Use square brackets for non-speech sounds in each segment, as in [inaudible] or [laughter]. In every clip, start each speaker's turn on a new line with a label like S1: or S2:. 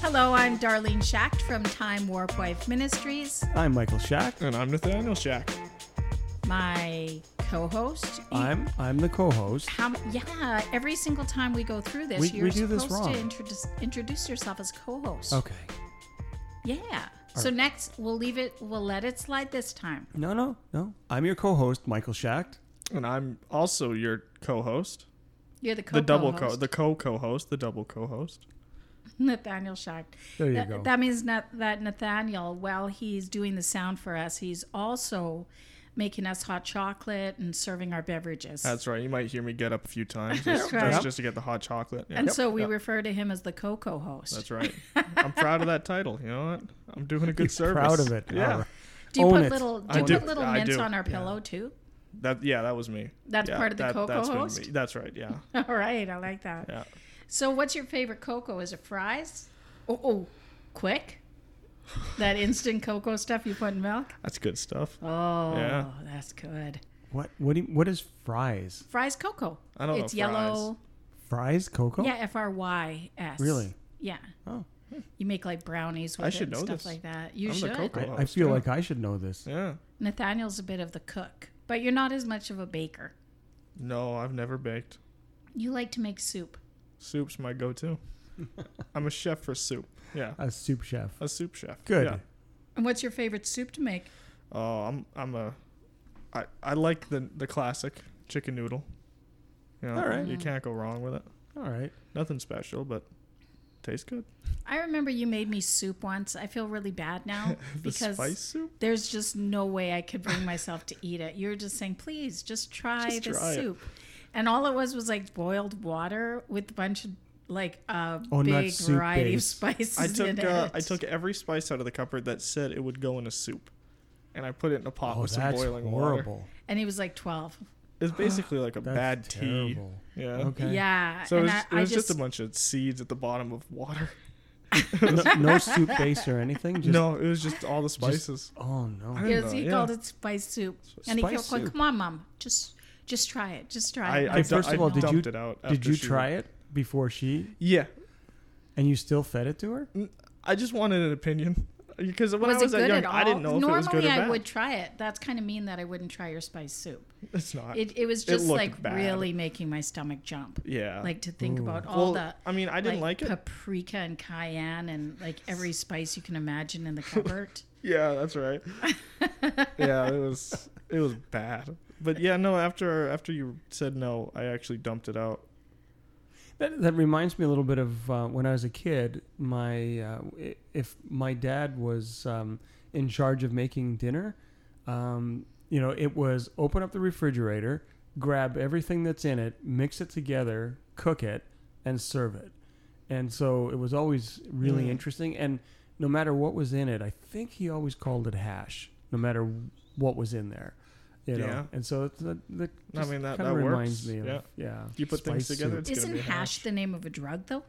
S1: Hello, I'm Darlene Schacht from Time Warp Wife Ministries.
S2: I'm Michael Shack.
S3: And I'm Nathaniel Shack.
S1: My co-host.
S2: I'm I'm the co-host.
S1: How, yeah, every single time we go through this,
S2: We-
S1: you're
S2: we do this
S1: supposed to
S2: wrong.
S1: introduce, introduce yourself as co-host.
S2: Okay.
S1: Yeah. So next, we'll leave it. We'll let it slide this time.
S2: No, no, no. I'm your co-host, Michael Shack.
S3: And I'm also your co-host,
S1: You're the
S3: the
S1: co-host.
S3: double co, the co-co-host, the double co-host.
S1: [laughs] Nathaniel Schacht.
S2: There you
S1: that,
S2: go.
S1: that means not that Nathaniel, while he's doing the sound for us, he's also making us hot chocolate and serving our beverages.
S3: That's right. You might hear me get up a
S1: [laughs]
S3: few times.
S1: That's
S3: just,
S1: right.
S3: just, just to get the hot chocolate. Yeah.
S1: and so we [laughs]
S3: Yep.
S1: refer to him as the Coco host. [laughs]
S3: That's right. I'm proud of that title. You know what? I'm doing a good service.
S2: Proud of it.
S3: Yeah.
S2: All right.
S1: Do you
S2: Own
S1: put
S2: it.
S1: little do
S3: I
S1: you
S3: do.
S1: put little
S3: I
S1: mints
S3: do.
S1: on our pillow too? [laughs]
S3: That yeah, that was me.
S1: That's
S3: Yeah,
S1: part of the
S3: that- that's been
S1: co-co-host?
S3: me. That's right. Yeah.
S1: All right, I like that.
S3: Yeah.
S1: So what's your favorite cocoa? Is it fries? Oh, oh quick? [laughs] That instant cocoa stuff you put in milk?
S3: That's good stuff.
S1: Oh,
S3: Yeah.
S1: that's good.
S2: What what do you, what is fries?
S1: Fries cocoa.
S3: I don't know
S1: It's
S3: fries.
S1: yellow.
S2: Fries cocoa?
S1: Yeah, F R Y S.
S2: Really?
S1: Yeah.
S2: Oh.
S1: You make like brownies with
S3: hmm. I
S1: it
S3: should
S1: and
S3: know
S1: stuff
S3: this.
S1: like that. You
S3: I'm the
S1: should.
S3: cocoa.
S2: I, I
S3: Gross,
S2: feel
S3: yeah.
S2: like I should know this.
S3: Yeah.
S1: Nathaniel's a bit of the cook, but you're not as much of a baker.
S3: No, I've never baked.
S1: You like to make soup.
S3: Soup's
S2: [laughs]
S3: my go-to. I'm a chef for soup. Yeah.
S2: A soup chef.
S3: A soup chef.
S2: Good.
S3: Yeah.
S1: And what's your favorite soup to make?
S3: Oh, I'm I'm a I I like the the classic chicken noodle. You know,
S2: All right.
S1: Mm.
S3: You can't go wrong with it.
S2: All right.
S3: Nothing special, but tastes good.
S1: I remember you made me soup once. I feel really bad now
S3: [laughs] The
S1: because
S3: spice soup.
S1: there's just no way I could bring myself to eat it. You were just saying, please, just try
S3: Just
S1: this
S3: try it."
S1: soup. And all it was was like boiled water with a bunch of like a
S2: Oh, not
S1: big
S2: soup
S1: variety
S2: base.
S1: of spices
S3: I
S1: in
S3: took
S1: it.
S3: uh, I took every spice out of the cupboard that said it would go in a soup, and I put it in a pot
S2: Oh,
S3: with some
S2: that's
S3: boiling
S2: horrible.
S3: water.
S1: and he was like 12.
S3: It's basically like
S2: [gasps]
S3: a
S2: That's
S3: bad [laughs]
S2: terrible.
S3: tea. Yeah.
S2: Okay.
S1: Yeah.
S3: So it
S1: and
S3: was,
S1: I,
S3: it was
S1: I
S3: just,
S1: just,
S3: a bunch of seeds at the bottom of water.
S2: No, no soup base or anything. Just,
S3: [laughs] no, it was just all the spices.
S2: Oh no.
S3: I-
S1: it was- he
S3: Yeah.
S1: called it spice soup. and he
S2: Spice
S1: kept going,
S2: soup.
S1: come on, mom, just just try it. Just try
S3: I,
S1: it.
S3: I,
S1: was
S2: du- first
S1: like,
S2: of all,
S1: "No."
S2: did you-
S3: dumped it out.
S2: Did
S3: after
S2: you
S3: she-
S2: try it before she
S3: Yeah,
S2: and you still fed it to her?
S3: I just wanted an opinion [laughs] because when
S1: was
S3: I was
S1: it
S3: that
S1: good
S3: young,
S1: at all?
S3: I didn't know if
S1: Normally,
S3: it was good or
S1: I
S3: bad.
S1: would try it. That's kind of mean that I wouldn't try your spice soup.
S3: [laughs] It's not.
S1: It, it was
S3: It
S1: just
S3: looked
S1: like
S3: bad.
S1: really making my stomach jump.
S3: yeah.
S1: Like to think about all
S3: well,
S1: the
S3: I mean, I didn't like, it.
S1: paprika and cayenne and like every spice you can imagine in
S3: [laughs]
S1: the cupboard.
S3: Yeah, that's
S1: [laughs]
S3: right. yeah, it was it was bad. But yeah, no. After after you said no, I actually dumped it out.
S2: That, that reminds me a little bit of uh, when I was a kid. My uh, i- if my dad was um, in charge of making dinner, um, you know, it was open up the refrigerator, grab everything that's in it, mix it together, cook it, and serve it. And so it was always really
S3: Mm.
S2: interesting. And no matter what was in it, I think he always called it hash. No matter what was in there, you know.
S3: Yeah.
S2: And so it's- that, that
S3: I
S2: just
S3: mean, that-
S2: kinda
S3: that
S2: reminds
S3: works.
S2: me of
S3: Yeah.
S2: yeah. yeah
S3: You put things
S2: spice
S3: together,
S2: soup.
S3: It's gonna
S1: Isn't
S3: be
S1: hash,
S3: hash.
S1: the name of a drug though?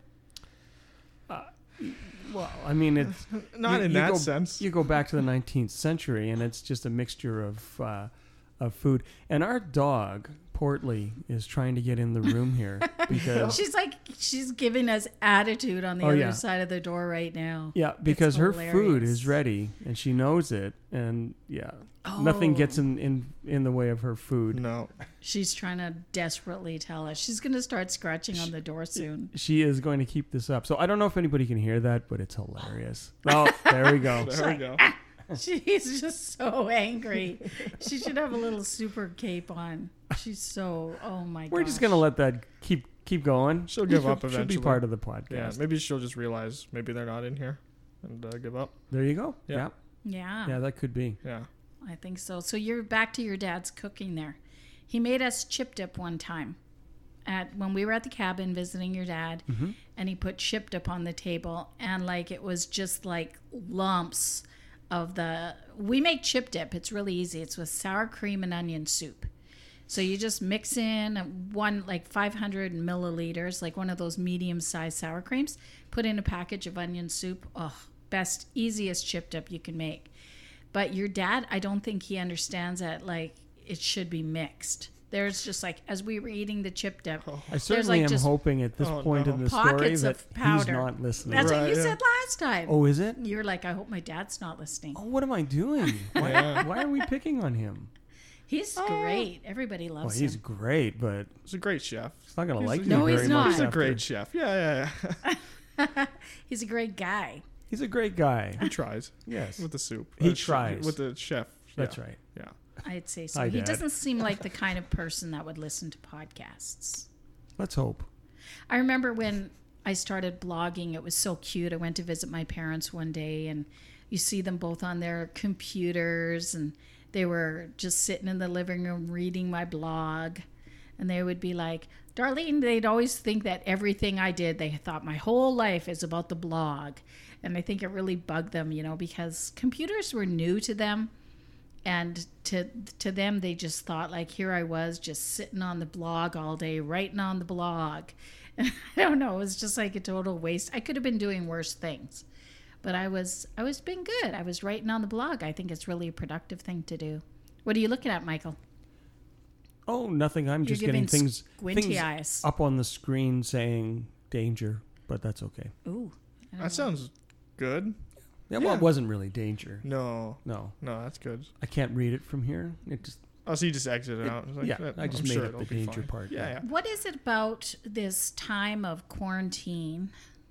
S2: Well, I mean, it's
S3: Not
S2: You-
S3: in
S2: you
S3: that
S2: go-
S3: sense.
S2: you go back to the 19th century, and it's just a mixture of uh, of food. And our dog Portly is trying to get in the room
S1: [laughs]
S2: here because
S1: She's like she's giving us attitude on the
S2: Oh,
S1: other
S2: yeah.
S1: side of the door right now.
S2: yeah, because her food
S1: hilarious.
S2: is ready and she knows it, and yeah, nothing
S1: Oh.
S2: gets in, in in the way of her food.
S3: no.
S1: She's trying to desperately tell us. She's gonna start scratching on the door soon.
S2: She is going to keep this up. So I don't know if anybody can hear that, but it's hilarious. Oh, there we
S3: [laughs]
S2: go.
S3: There we go.
S1: [laughs]
S2: [laughs]
S1: She's just so angry. She should have a little super cape on. She's so oh my god.
S2: We're just gonna let that keep keep going.
S3: She'll give
S2: [laughs]
S3: up
S2: Should be
S3: eventually.
S2: part of the
S3: Yeah.
S2: podcast.
S3: Maybe she'll just realize maybe they're not in here, and uh, give up.
S2: There you go.
S3: Yeah.
S2: yeah,
S1: Yeah,
S2: yeah, that could be.
S3: Yeah.
S1: I think so. So you're back to your dad's cooking there. He made us chip dip one time at when we were at the cabin visiting your dad and he put chip dip on the table and like it was just like lumps of the we make chip dip. It's really easy. It's with sour cream and onion soup. So you just mix in a- one like 500 milliliters, like one of those medium-sized sour creams. Put in a package of onion soup. Oh, best, easiest chip dip you can make. But your dad, I don't think he understands that like it should be mixed. There's just like as we were eating the chip dip.
S3: Oh.
S2: I certainly
S1: like,
S2: am
S1: just-
S2: hoping at this
S3: Oh,
S2: point
S3: no.
S2: in the story
S1: Pockets
S2: that
S1: of
S2: he's
S1: powder.
S2: not listening.
S1: That's what
S3: Right,
S1: you
S3: yeah.
S1: said last time.
S2: Oh, is it?
S1: You're like, I hope my dad's not listening.
S2: Oh, what am I
S3: [laughs]
S2: doing? Why,
S3: Yeah.
S2: why are we picking on him?
S1: He's great. Everybody
S2: Oh. Well,
S1: loves
S2: he's
S1: him. [laughs]
S2: great, but
S3: He's a great chef.
S2: he's not gonna
S3: He's
S2: like
S3: a-
S2: me
S1: No,
S2: very
S1: he's
S2: much
S1: not.
S3: He's a
S2: after.
S3: great chef. Yeah, yeah, [laughs] yeah.
S1: He's a great guy.
S2: He's a great guy.
S3: He tries
S2: Yes,
S3: with the soup.
S2: He
S3: Uh, sh-
S2: tries.
S3: with the chef.
S2: that's
S3: Yeah,
S2: right.
S3: Yeah.
S1: I'd say so.
S2: Hi,
S1: he
S2: Dad.
S1: doesn't seem like
S2: [laughs]
S1: the kind of person that would listen to podcasts.
S2: Let's hope.
S1: I remember when I started blogging, it was so cute. I went to visit my parents one day and you see them both on their computers and they were just sitting in the living room reading my blog. And they would be like, Darlene, they'd always think that everything I did, they thought my whole life is about the blog. And I think it really bugged them, you know, because computers were new to them and to to them they just thought like here I was just sitting on the blog all day writing on the blog [laughs] and I don't know it was just like a total waste I could have been doing worse things but I was I was being good I was writing on the blog I think it's really a productive thing to do what are you looking at Michael
S2: Oh, nothing. I'm
S1: You're
S2: just getting
S1: giving
S2: things,
S1: squinty
S2: things
S1: eyes.
S2: up on the screen saying danger, but that's okay.
S1: ooh I don't know.
S3: That sounds good.
S2: Yeah, well,
S3: Yeah.
S2: it wasn't really danger.
S3: No,
S2: No,
S3: no, that's good.
S2: I can't read it from here. It just
S3: Oh, so you just exited out. It's like,
S2: yeah,
S3: that-
S2: I just
S3: I'm
S2: made
S3: sure
S2: up
S3: it'll
S2: the
S3: be
S2: danger
S3: fine.
S2: part,
S3: Yeah,
S2: yeah.
S3: yeah.
S1: what is it about this time of quarantine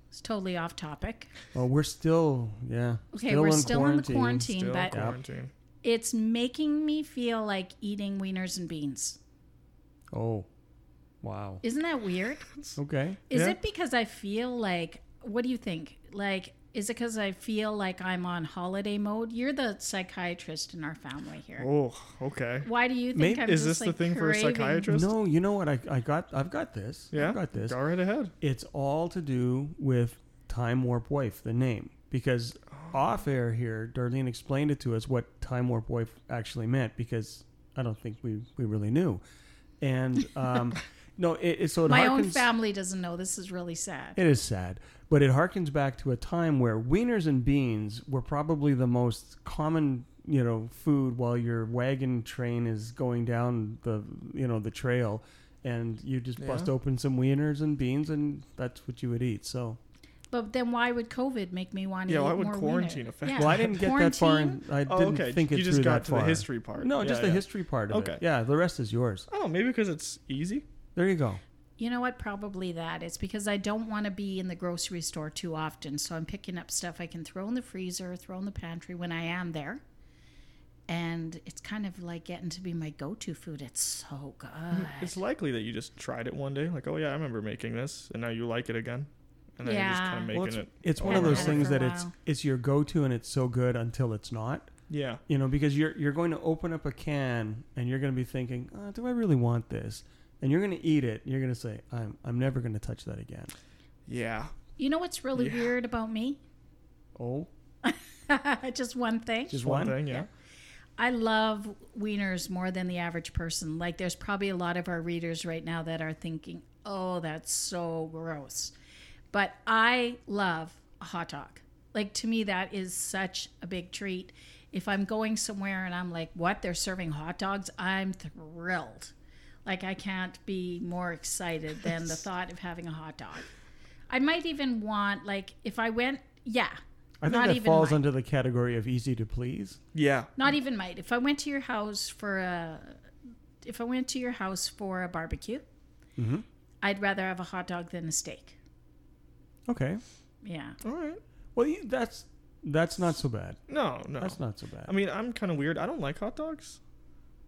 S1: it's totally off topic
S2: oh, we're still yeah.
S1: okay we're still in the quarantine
S3: Still
S1: but
S3: quarantine.
S1: it's making me feel like eating wieners and beans
S2: Oh, wow.
S1: Isn't that weird?
S2: Okay.
S1: Is
S3: Yeah.
S1: it because I feel like, what do you think? Like, is it because I feel like I'm on holiday mode? You're the psychiatrist in our family here.
S3: Oh, okay.
S1: Why do you think
S2: Maybe-
S1: I'm
S3: is
S1: just
S3: this the
S1: like
S3: thing for a
S1: craving-
S3: psychiatrist? Just-
S2: No, you know what? I, I got I've got this.
S3: Yeah,
S2: I've got this.
S3: Go right ahead.
S2: It's all to do with Time Warp Wife, the name, because off air here, Darlene explained it to us what Time Warp Wife actually meant, because I don't think we we really knew, and um, no, it, it so it
S1: My own
S2: harkens-
S1: family doesn't know. This is really sad.
S2: It is sad, but it harkens back to a time where wieners and beans were probably the most common, you know, food while your wagon train is going down the, you know, the trail, and you just bust
S3: Yeah.
S2: open some wieners and beans, and that's what you would eat. So,
S1: But then why would COVID make me want to
S3: Yeah,
S1: eat
S3: why would
S1: more
S3: quarantine
S1: wiener?
S3: affect-
S1: Yeah.
S2: well, I didn't get that far,
S1: Quarantine?
S2: and I
S3: Oh,
S2: didn't
S3: okay.
S2: think it
S3: you just
S2: through
S3: got
S2: that
S3: to
S2: far.
S3: the history part.
S2: No,
S3: Yeah,
S2: just the
S3: yeah.
S2: history part of
S3: Okay.
S2: it. Yeah, the rest is yours.
S3: Oh, maybe because it's easy.
S2: There you go.
S1: You know what? Probably that. It's because I don't want to be in the grocery store too often. So I'm picking up stuff I can throw in the freezer, throw in the pantry when I am there. And it's kind of like getting to be my go to food. It's so good.
S3: [laughs] It's likely that you just tried it one day, like, oh yeah, I remember making this, and now you like it again, and then you're just
S1: Yeah.
S3: kind of
S2: Well,
S3: making
S2: it's,
S3: it.
S2: it's one
S3: all
S2: of those
S1: Haven't had it
S2: things
S1: for a
S2: that it's
S1: while.
S2: it's your go-to, and it's so good until it's not.
S3: Yeah.
S2: you know because you're you're going to open up a can and you're going to be thinking oh, do i really want this and you're going to eat it you're going to say i'm i'm never going to touch that again
S3: Yeah.
S1: You know what's really
S3: Yeah.
S1: weird about me? [laughs]
S2: oh
S1: Just one thing.
S2: just one,
S3: thing. Yeah.
S1: I love wieners more than the average person. Like, there's probably a lot of our readers right now that are thinking, oh, that's so gross. But I love a hot dog. Like, to me, that is such a big treat. If I'm going somewhere and I'm like, what, they're serving hot dogs, I'm thrilled. Like, I can't be more excited than the thought of having a hot dog. I might even want, like, if I went, yeah,
S2: i think
S1: Not
S2: that
S1: even
S2: falls
S1: mine.
S2: under the category of easy to please
S3: Yeah.
S1: not even might if i went to your house for a if i went to your house for a barbecue
S3: Mm-hmm.
S2: Mhm.
S1: i'd rather have a hot dog than a steak
S2: okay [laughs]
S1: yeah
S3: All right.
S2: well you, that's that's not so bad
S3: No, no.
S2: that's not so bad
S3: I mean, I'm kind of weird. I don't like hot dogs.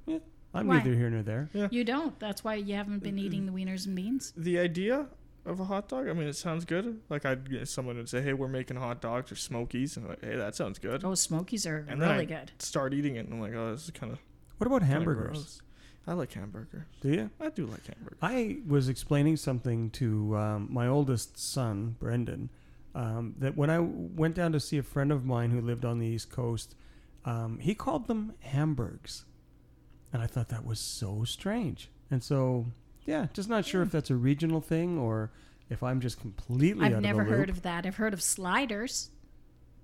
S2: i'm
S1: Why?
S2: neither here nor there
S1: you don't that's why you haven't been eating the wieners and beans
S3: The idea of a hot dog. I mean, it sounds good. Like I, would someone would say, "Hey, we're making hot dogs or Smokies," and I'm like, "Hey, that sounds good."
S1: oh smokies are
S3: And then
S1: really
S3: I-
S1: good
S3: Start eating it, and I'm like, "Oh, this is kind of
S2: what about hamburgers
S3: I like hamburgers.
S2: do you
S3: I do like hamburgers.
S2: I was explaining something to um, my oldest son, Brendan, um, that when I went down to see a friend of mine who lived on the East Coast, um, he called them hamburgs. And I thought that was so strange. And so, yeah, just not sure if that's a regional thing or if I'm just completely out
S1: i've never
S2: of the loop.
S1: heard of that i've heard of sliders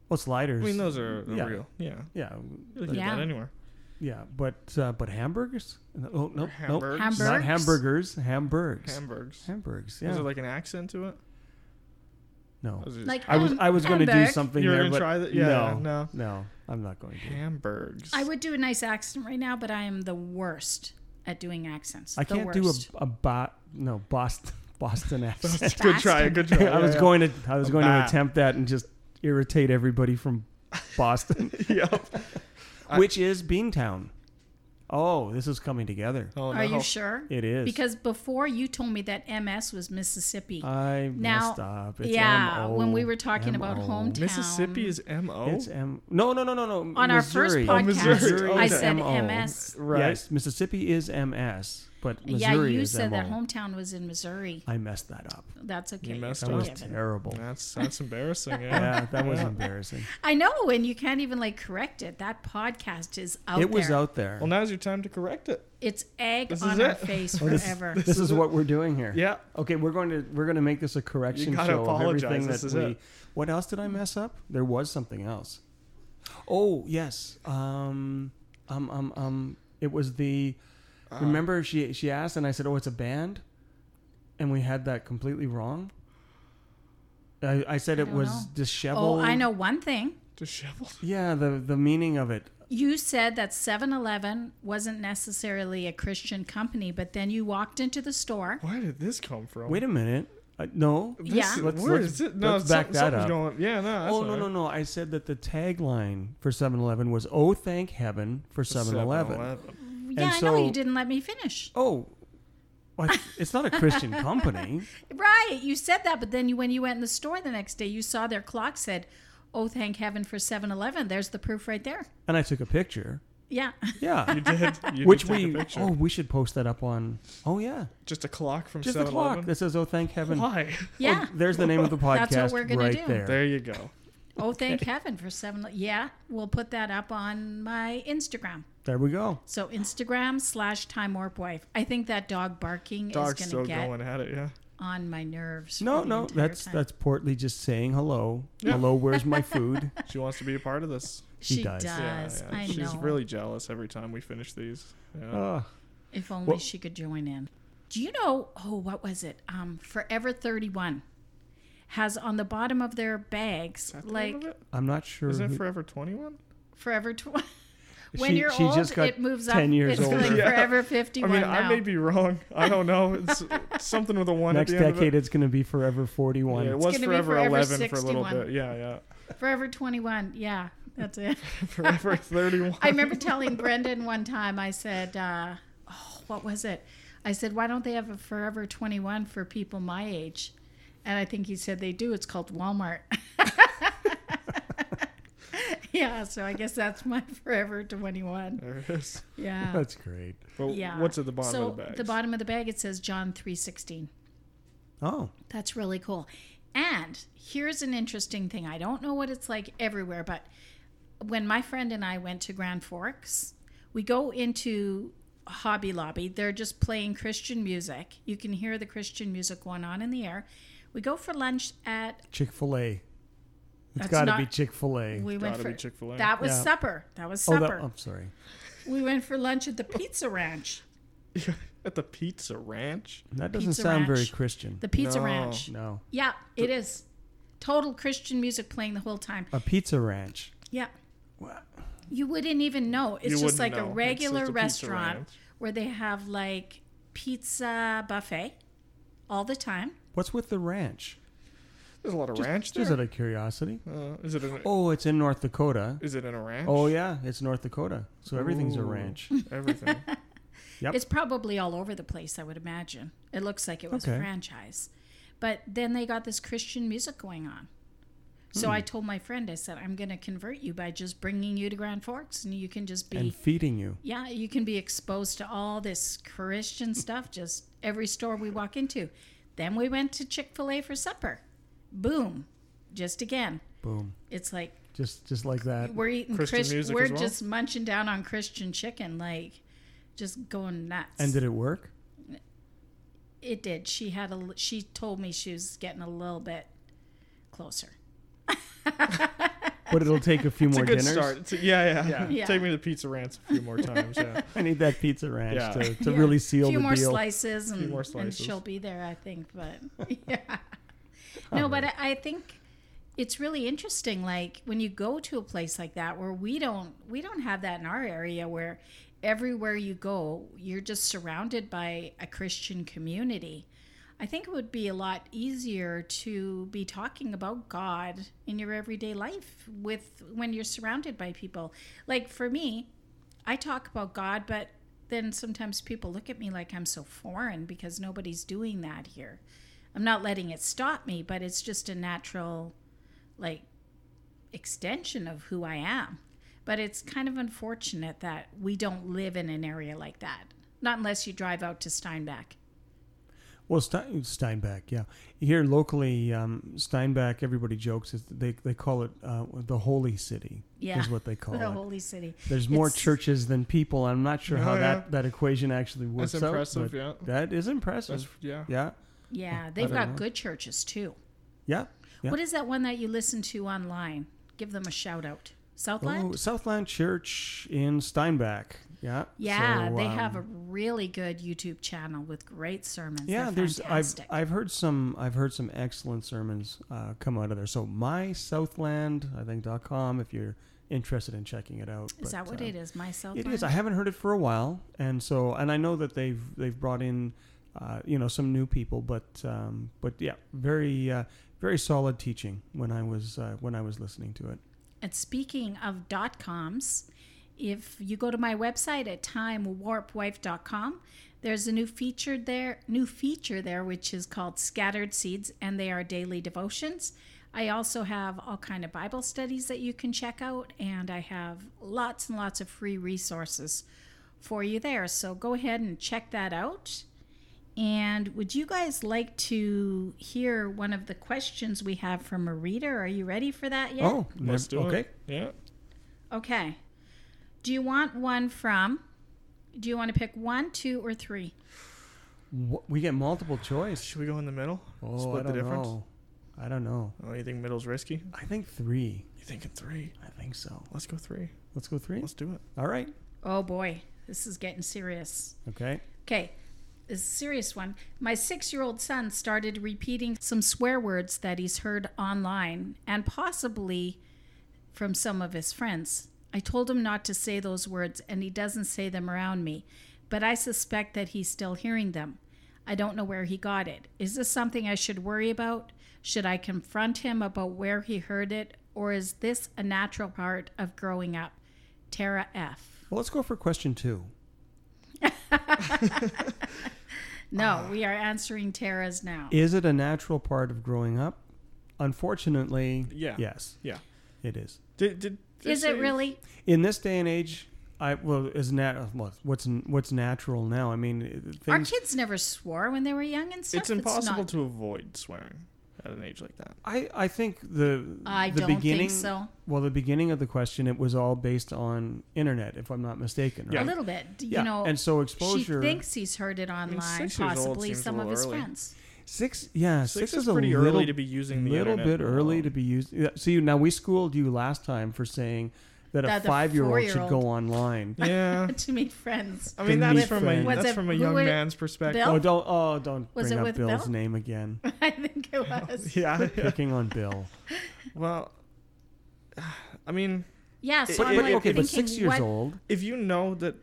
S2: well, sliders.
S3: I mean, those are
S2: yeah.
S3: real. Yeah.
S2: Yeah.
S3: You can get
S1: Yeah.
S3: that anywhere.
S2: yeah, but uh, but hamburgers? Oh no, no,
S3: Hamburgs.
S2: not
S1: Hamburgs.
S2: hamburgers, hamburgs,
S3: Hamburgs.
S2: hamburgs.
S3: Is
S2: Yeah,
S3: there like an accent to it?
S2: no.
S3: Or is it just-
S1: Like
S2: I was
S1: um,
S2: I was going to do
S1: Hamburg.
S2: something
S3: You were
S2: there,
S3: gonna
S2: but
S3: try that? Yeah,
S2: no,
S3: no.
S2: no, I'm not going to.
S3: Hamburgs. [laughs]
S1: I would do a nice accent right now, but I am the worst at doing accents.
S2: I
S1: the
S2: can't do
S1: worst.
S2: a a bot no Boston [laughs] Boston [laughs] accent.
S3: good try.
S1: Boston.
S3: Good try.
S2: I was
S3: [laughs] yeah,
S2: going to I was
S3: A
S2: going to
S3: bat.
S2: attempt that and just irritate everybody
S3: [laughs]
S2: from Boston,
S3: Yeah. Yep. I-
S2: which is Beantown. Oh, this is coming together.
S3: Oh no.
S1: Are you sure?
S2: It is
S1: Because before you told me that MS was Mississippi.
S2: I
S1: Now-
S2: messed up. It's
S1: yeah,
S2: M-O.
S1: when we were talking about
S2: M-O.
S1: hometown.
S3: Mississippi is M O.
S2: It's M. No, no, no, no, no.
S1: On our first
S2: Oh, Missouri.
S1: podcast,
S3: Oh, Missouri.
S1: I
S3: Okay.
S2: is
S1: said
S2: MO.
S1: MS.
S3: Right.
S2: Yes, Mississippi is MS, but Missouri
S1: yeah, you
S2: is
S1: said
S2: MO.
S1: that hometown was in Missouri.
S2: I messed that up.
S1: That's okay.
S3: You
S1: you're
S3: messed
S2: That was
S1: forgiven.
S2: terrible.
S3: That's that's embarrassing. Yeah.
S2: Yeah, that was embarrassing.
S1: I know, and you can't even like correct it. That podcast is out
S2: it was
S1: there.
S2: out there.
S3: Well, now's your time to correct it.
S1: It's egg
S3: This
S1: on
S3: is
S1: our
S3: it.
S2: [laughs]
S1: face
S2: Oh,
S1: forever.
S2: This, this is what we're doing [laughs] here.
S3: Yeah.
S2: Okay, we're going to we're going to make this a correction
S3: gotta
S2: show of
S3: apologize,
S2: everything
S3: this
S2: that
S3: is
S2: we.
S3: it.
S2: What else did I mess up? There was something else. Oh yes. Um. Um. Um. Um. It was the. remember she she asked and I said, "Oh, it's a band," and we had that completely wrong. I, I said
S1: I
S2: it
S1: don't
S2: was
S1: know.
S2: disheveled.
S1: oh, I know one thing.
S3: Disheveled.
S2: Yeah, the the meaning of it.
S1: You said that 7 Eleven wasn't necessarily a Christian company, but then you walked into the store.
S3: Where did this come from?
S2: Wait a minute. Uh, no.
S3: This,
S1: Yeah.
S2: Let's-
S3: where
S2: let's-
S3: is it? No,
S2: let's back
S3: some-
S2: that
S3: something's
S2: up.
S3: Going, yeah. No. That's
S2: oh no no no! I said that the tagline for 7-Eleven was "Oh, thank heaven for 7-Eleven.
S1: yeah, I know
S2: so-
S1: you didn't let me finish.
S2: Oh, well, it's not a Christian company.
S1: Right, you said that, but then you, when you went in the store the next day, you saw their clock said, "Oh, thank heaven for 7-Eleven. There's the proof right there. and
S2: And I took a picture.
S1: Yeah, [laughs]
S2: Yeah,
S3: You did.
S2: [laughs]
S3: You
S2: which
S3: did take
S2: we
S3: a picture.
S2: oh we should post that up on. Oh yeah,
S3: just a clock from
S2: just
S3: 7
S2: the clock that says "Oh, thank heaven." Oh,
S3: Why?
S2: [laughs]
S1: yeah.
S2: There's the name of the podcast
S1: That's what we're gonna
S2: right
S1: do.
S2: there.
S3: There
S1: [laughs]
S3: you go.
S1: Oh, thank heaven for 7 Yeah, we'll put that up on my Instagram.
S2: There we go.
S1: So Instagram slash Time Warp Wife. I think that dog barking
S3: Dog's
S1: is
S3: still
S1: going to get
S3: going at it. Yeah.
S1: on my nerves.
S2: No,
S1: for the
S2: no,
S1: entire
S2: that's
S1: time.
S2: that's Portly just saying hello. Hello, where's my food?
S3: She wants to be a part of this.
S2: She
S1: she,
S2: does.
S1: does.
S3: Yeah, yeah.
S1: I
S3: She's
S1: know.
S3: really jealous every time we finish these. Yeah.
S2: Ugh.
S1: If only
S2: Well-
S1: she could join in. Do you know? Oh, what was it? Um, Forever Thirty One has on the bottom of their bags
S3: Is that the name
S1: like
S3: of it?
S2: I'm not sure.
S3: Is it
S2: who-
S3: Forever 21?
S1: Forever Twenty. [laughs] When
S2: She-
S1: you're
S2: she
S1: old,
S2: just got
S1: it moves up.
S2: 10 years
S1: it's
S2: older.
S1: like
S3: [laughs] Yeah.
S1: Forever
S3: I
S1: Fifty-One
S3: mean,
S1: now.
S3: I may be wrong. I don't
S1: [laughs]
S3: know. It's it's something with a one
S2: Next
S3: at the
S2: decade,
S3: end
S2: it's going to be forever
S3: of it.
S2: 41.
S3: Yeah, it was
S1: gonna be
S3: forever,
S1: Forever
S3: 11 for a little
S1: 61.
S3: bit. Yeah,
S1: [laughs]
S3: yeah.
S1: Forever Twenty-One. Yeah, that's it.
S3: Forever 31.
S1: [laughs] I remember telling Brendan one time, I said, uh, oh, what was it? I said, why don't they have a Forever 21 for people my age? And I think he said they do. It's called Walmart. [laughs] yeah, so I guess that's my Forever 21.
S3: There it is.
S1: Yeah.
S2: That's great.
S3: But
S1: Yeah.
S3: what's at the bottom
S1: so
S3: of the bag?
S1: the bottom of the bag it says John 316.
S2: Oh,
S1: That's really cool. And here's an interesting thing. I don't know what it's like everywhere, but when my friend and I went to Grand Forks, we go into Hobby Lobby. They're just playing Christian music. You can hear the Christian music going on in the air. We go for lunch at
S2: Chick Fil A. It's
S1: That's
S2: got to
S1: not-
S2: be Chick Fil A.
S1: we went
S3: Gotta
S1: for
S3: be Chick fil A.
S1: that was
S2: Yeah.
S1: supper. That was
S2: Oh, that,
S1: supper.
S2: I'm sorry.
S1: We went for lunch at the Pizza Ranch.
S3: [laughs] at the Pizza Ranch?
S2: That doesn't
S1: Pizza
S2: sound very
S1: Ranch.
S2: Christian.
S1: The Pizza
S3: No.
S1: Ranch.
S2: No,
S1: Yeah, it is. Total Christian music playing the whole time.
S2: a pizza ranch.
S1: Yeah. You wouldn't even know. It's
S3: You
S1: just
S3: wouldn't
S1: like
S3: know.
S1: a
S3: It's
S1: regular
S3: just a pizza
S1: restaurant
S3: ranch.
S1: where they have like pizza buffet all the time.
S2: What's with the ranch?
S3: There's a lot of
S2: Just-
S3: ranch there.
S2: Just out of curiosity.
S3: Uh, is it in?
S2: Oh, it's in North Dakota.
S3: Is it in a ranch?
S2: Oh yeah, it's North Dakota. So everything's a
S3: Ooh.
S2: ranch. [laughs]
S3: Everything.
S2: Yep.
S1: It's probably all over the place, I would imagine. It looks like it was
S2: Okay.
S1: a franchise. But then they got this Christian music going on. So
S3: Hmm.
S1: I told my friend, I said, I'm going to convert you by just bringing you to Grand Forks and you can just be.
S2: And feeding you.
S1: Yeah, you can be exposed to all this Christian stuff just every store we walk into. Then we went to Chick fil A for supper. Boom. Just again.
S2: Boom.
S1: It's like
S2: Just just like that.
S1: we're eating
S3: Christian
S1: Christian
S3: music
S1: we're
S3: as well?
S1: just munching down on Christian chicken, like just going nuts.
S2: And did it
S1: [laughs]
S2: work?
S1: it did. She had a l- she told me she was getting a little bit closer.
S2: but it'll take a few
S3: It's
S2: more
S3: a good
S2: dinners.
S3: start. It's a- yeah, yeah,
S2: Yeah.
S1: Yeah.
S3: [laughs] Take me to Pizza Ranch a
S2: [laughs]
S3: few more times. Yeah.
S2: I need that pizza ranch
S3: Yeah.
S2: to, to
S1: Yeah.
S2: really
S1: [laughs]
S2: seal
S1: a few
S2: the
S1: more
S2: deal.
S1: slices and,
S3: more
S1: and
S3: slices.
S1: she'll be there, I think. But [laughs] yeah,
S2: Oh,
S1: no, but I, I think it's really interesting. Like when you go to a place like that, where we don't we don't have that in our area, where everywhere you go, you're just surrounded by a Christian community. I think it would be a lot easier to be talking about God in your everyday life with when you're surrounded by people. Like for me, I talk about God, but then sometimes people look at me like I'm so foreign because nobody's doing that here. I'm not letting it stop me, but it's just a natural, like, extension of who I am. But it's kind of unfortunate that we don't live in an area like that. Not unless you drive out to Steinbach. [laughs]
S2: Well, Stein, Steinbeck, yeah. Here locally, um, Steinbeck, everybody jokes, is they, they call it uh, the holy city,
S1: Yeah. [laughs]
S2: is what they call
S1: the
S2: it.
S1: holy city.
S2: There's more
S1: it's-
S2: churches than people. I'm not sure
S3: Oh,
S2: how
S3: yeah.
S2: that, that equation actually works
S3: That's impressive.
S2: out. but
S3: yeah.
S2: That is impressive.
S3: That's, yeah.
S2: yeah.
S1: Yeah,
S2: I
S1: they've
S2: don't
S1: got
S2: know.
S1: good churches too.
S2: Yeah. Yeah.
S1: What is that one that you listen to online? Give them a shout out. Southland?
S2: Oh, Southland Church in Steinbeck. Yeah.
S1: Yeah,
S2: So,
S1: they
S2: um,
S1: have a really good YouTube channel with great sermons.
S2: yeah,
S1: They're
S2: there's I've
S1: fantastic.
S2: I've heard some I've heard some excellent sermons uh, come out of there. So my Southland, I think dot com if you're interested in checking it out. uh,
S1: is that what
S2: it is?
S1: it is? Myself.
S2: It is. I haven't heard it for a while, and so and I know that they've they've brought in, uh, you know, some new people, but um, but yeah, very uh, very solid teaching when I was uh, when I was listening to it.
S1: And speaking of dot coms, if you go to my website at timewarpwife.com, there's a new feature there, new feature there which is called Scattered Seeds and they are daily devotions. I also have all kind of Bible studies that you can check out and I have lots and lots of free resources for you there. So go ahead and check that out. And would you guys like to hear one of the questions we have from a reader? Are you ready for that yet?
S2: Oh,
S3: Let's do
S2: okay.
S3: it. Yeah.
S1: Okay. Do you want one from? Do you want to pick one, two, or three?
S2: Wha- We get multiple choice.
S3: Should we go in the middle?
S2: Oh,
S3: Split
S2: I don't
S3: the difference.
S2: know. I don't know.
S3: Oh, you think middle's risky?
S2: I think three.
S3: You thinking three?
S2: I think so.
S3: Let's go three.
S2: Let's go three.
S3: Let's do it.
S2: All right.
S1: Oh boy, this is getting serious.
S2: Okay.
S1: Okay, this is a serious one. My six year old son started repeating some swear words that he's heard online and possibly from some of his friends. I told him not to say those words and he doesn't say them around me, but I suspect that he's still hearing them. I don't know where he got it. Is this something I should worry about? Should I confront him about where he heard it, or is this a natural part of growing up? Tara F.
S2: Well, let's go for question two.
S1: No, we are answering Tara's now.
S2: Is it a natural part of growing up? Unfortunately,
S3: Yeah.
S2: Yes,
S3: Yeah.
S2: it is.
S3: Did, did they
S1: Is it
S3: say-
S1: really?
S2: in this day and age, I well is nat well, what's what's natural now. I mean, it-
S1: Our
S2: things.
S1: kids never swore when they were young and stuff.
S3: It's impossible
S1: not-
S3: to avoid swearing at an age like that.
S2: I I think the
S1: I
S2: the
S1: don't
S2: beginning
S1: think so.
S2: well the beginning of the question it was all based on internet if I'm not mistaken.
S1: A
S3: Yeah.
S2: Right?
S1: little bit, d- you
S2: Yeah,
S1: know.
S2: and so
S1: she
S2: exposure
S1: thinks he's heard it online,
S3: six years old
S1: possibly
S3: seems a
S1: some of
S3: little
S1: his
S3: early.
S1: friends.
S2: six yeah
S3: Six,
S2: six,
S3: is,
S2: a
S3: pretty
S2: little,
S3: early to be using the
S2: little
S3: internet
S2: bit early
S3: alone.
S2: to be used. yeah, See now we schooled you last time for saying that
S1: That
S2: a
S1: the
S2: five year old should go
S1: four-year-old-
S2: online.
S3: Yeah.
S1: [laughs] to make friends. [laughs]
S3: I mean,
S2: Beneath
S3: that's from a
S2: friends.
S1: Was
S3: that's
S1: it-
S3: from a
S1: who
S3: young
S1: would it-
S3: man's perspective.
S1: Bill?
S2: Oh don't oh don't
S1: Was
S2: bring
S1: it
S2: up
S1: with
S2: Bill's
S1: Bill?
S2: name
S3: [laughs]
S2: again.
S1: I think it was.
S3: Yeah. [laughs] yeah.
S2: Picking on Bill.
S3: Well, I mean,
S1: Yeah, so
S3: But-
S1: I'm
S3: but-
S1: like
S2: okay,
S1: thinking,
S2: but six years
S1: what,
S2: old.
S3: if you know that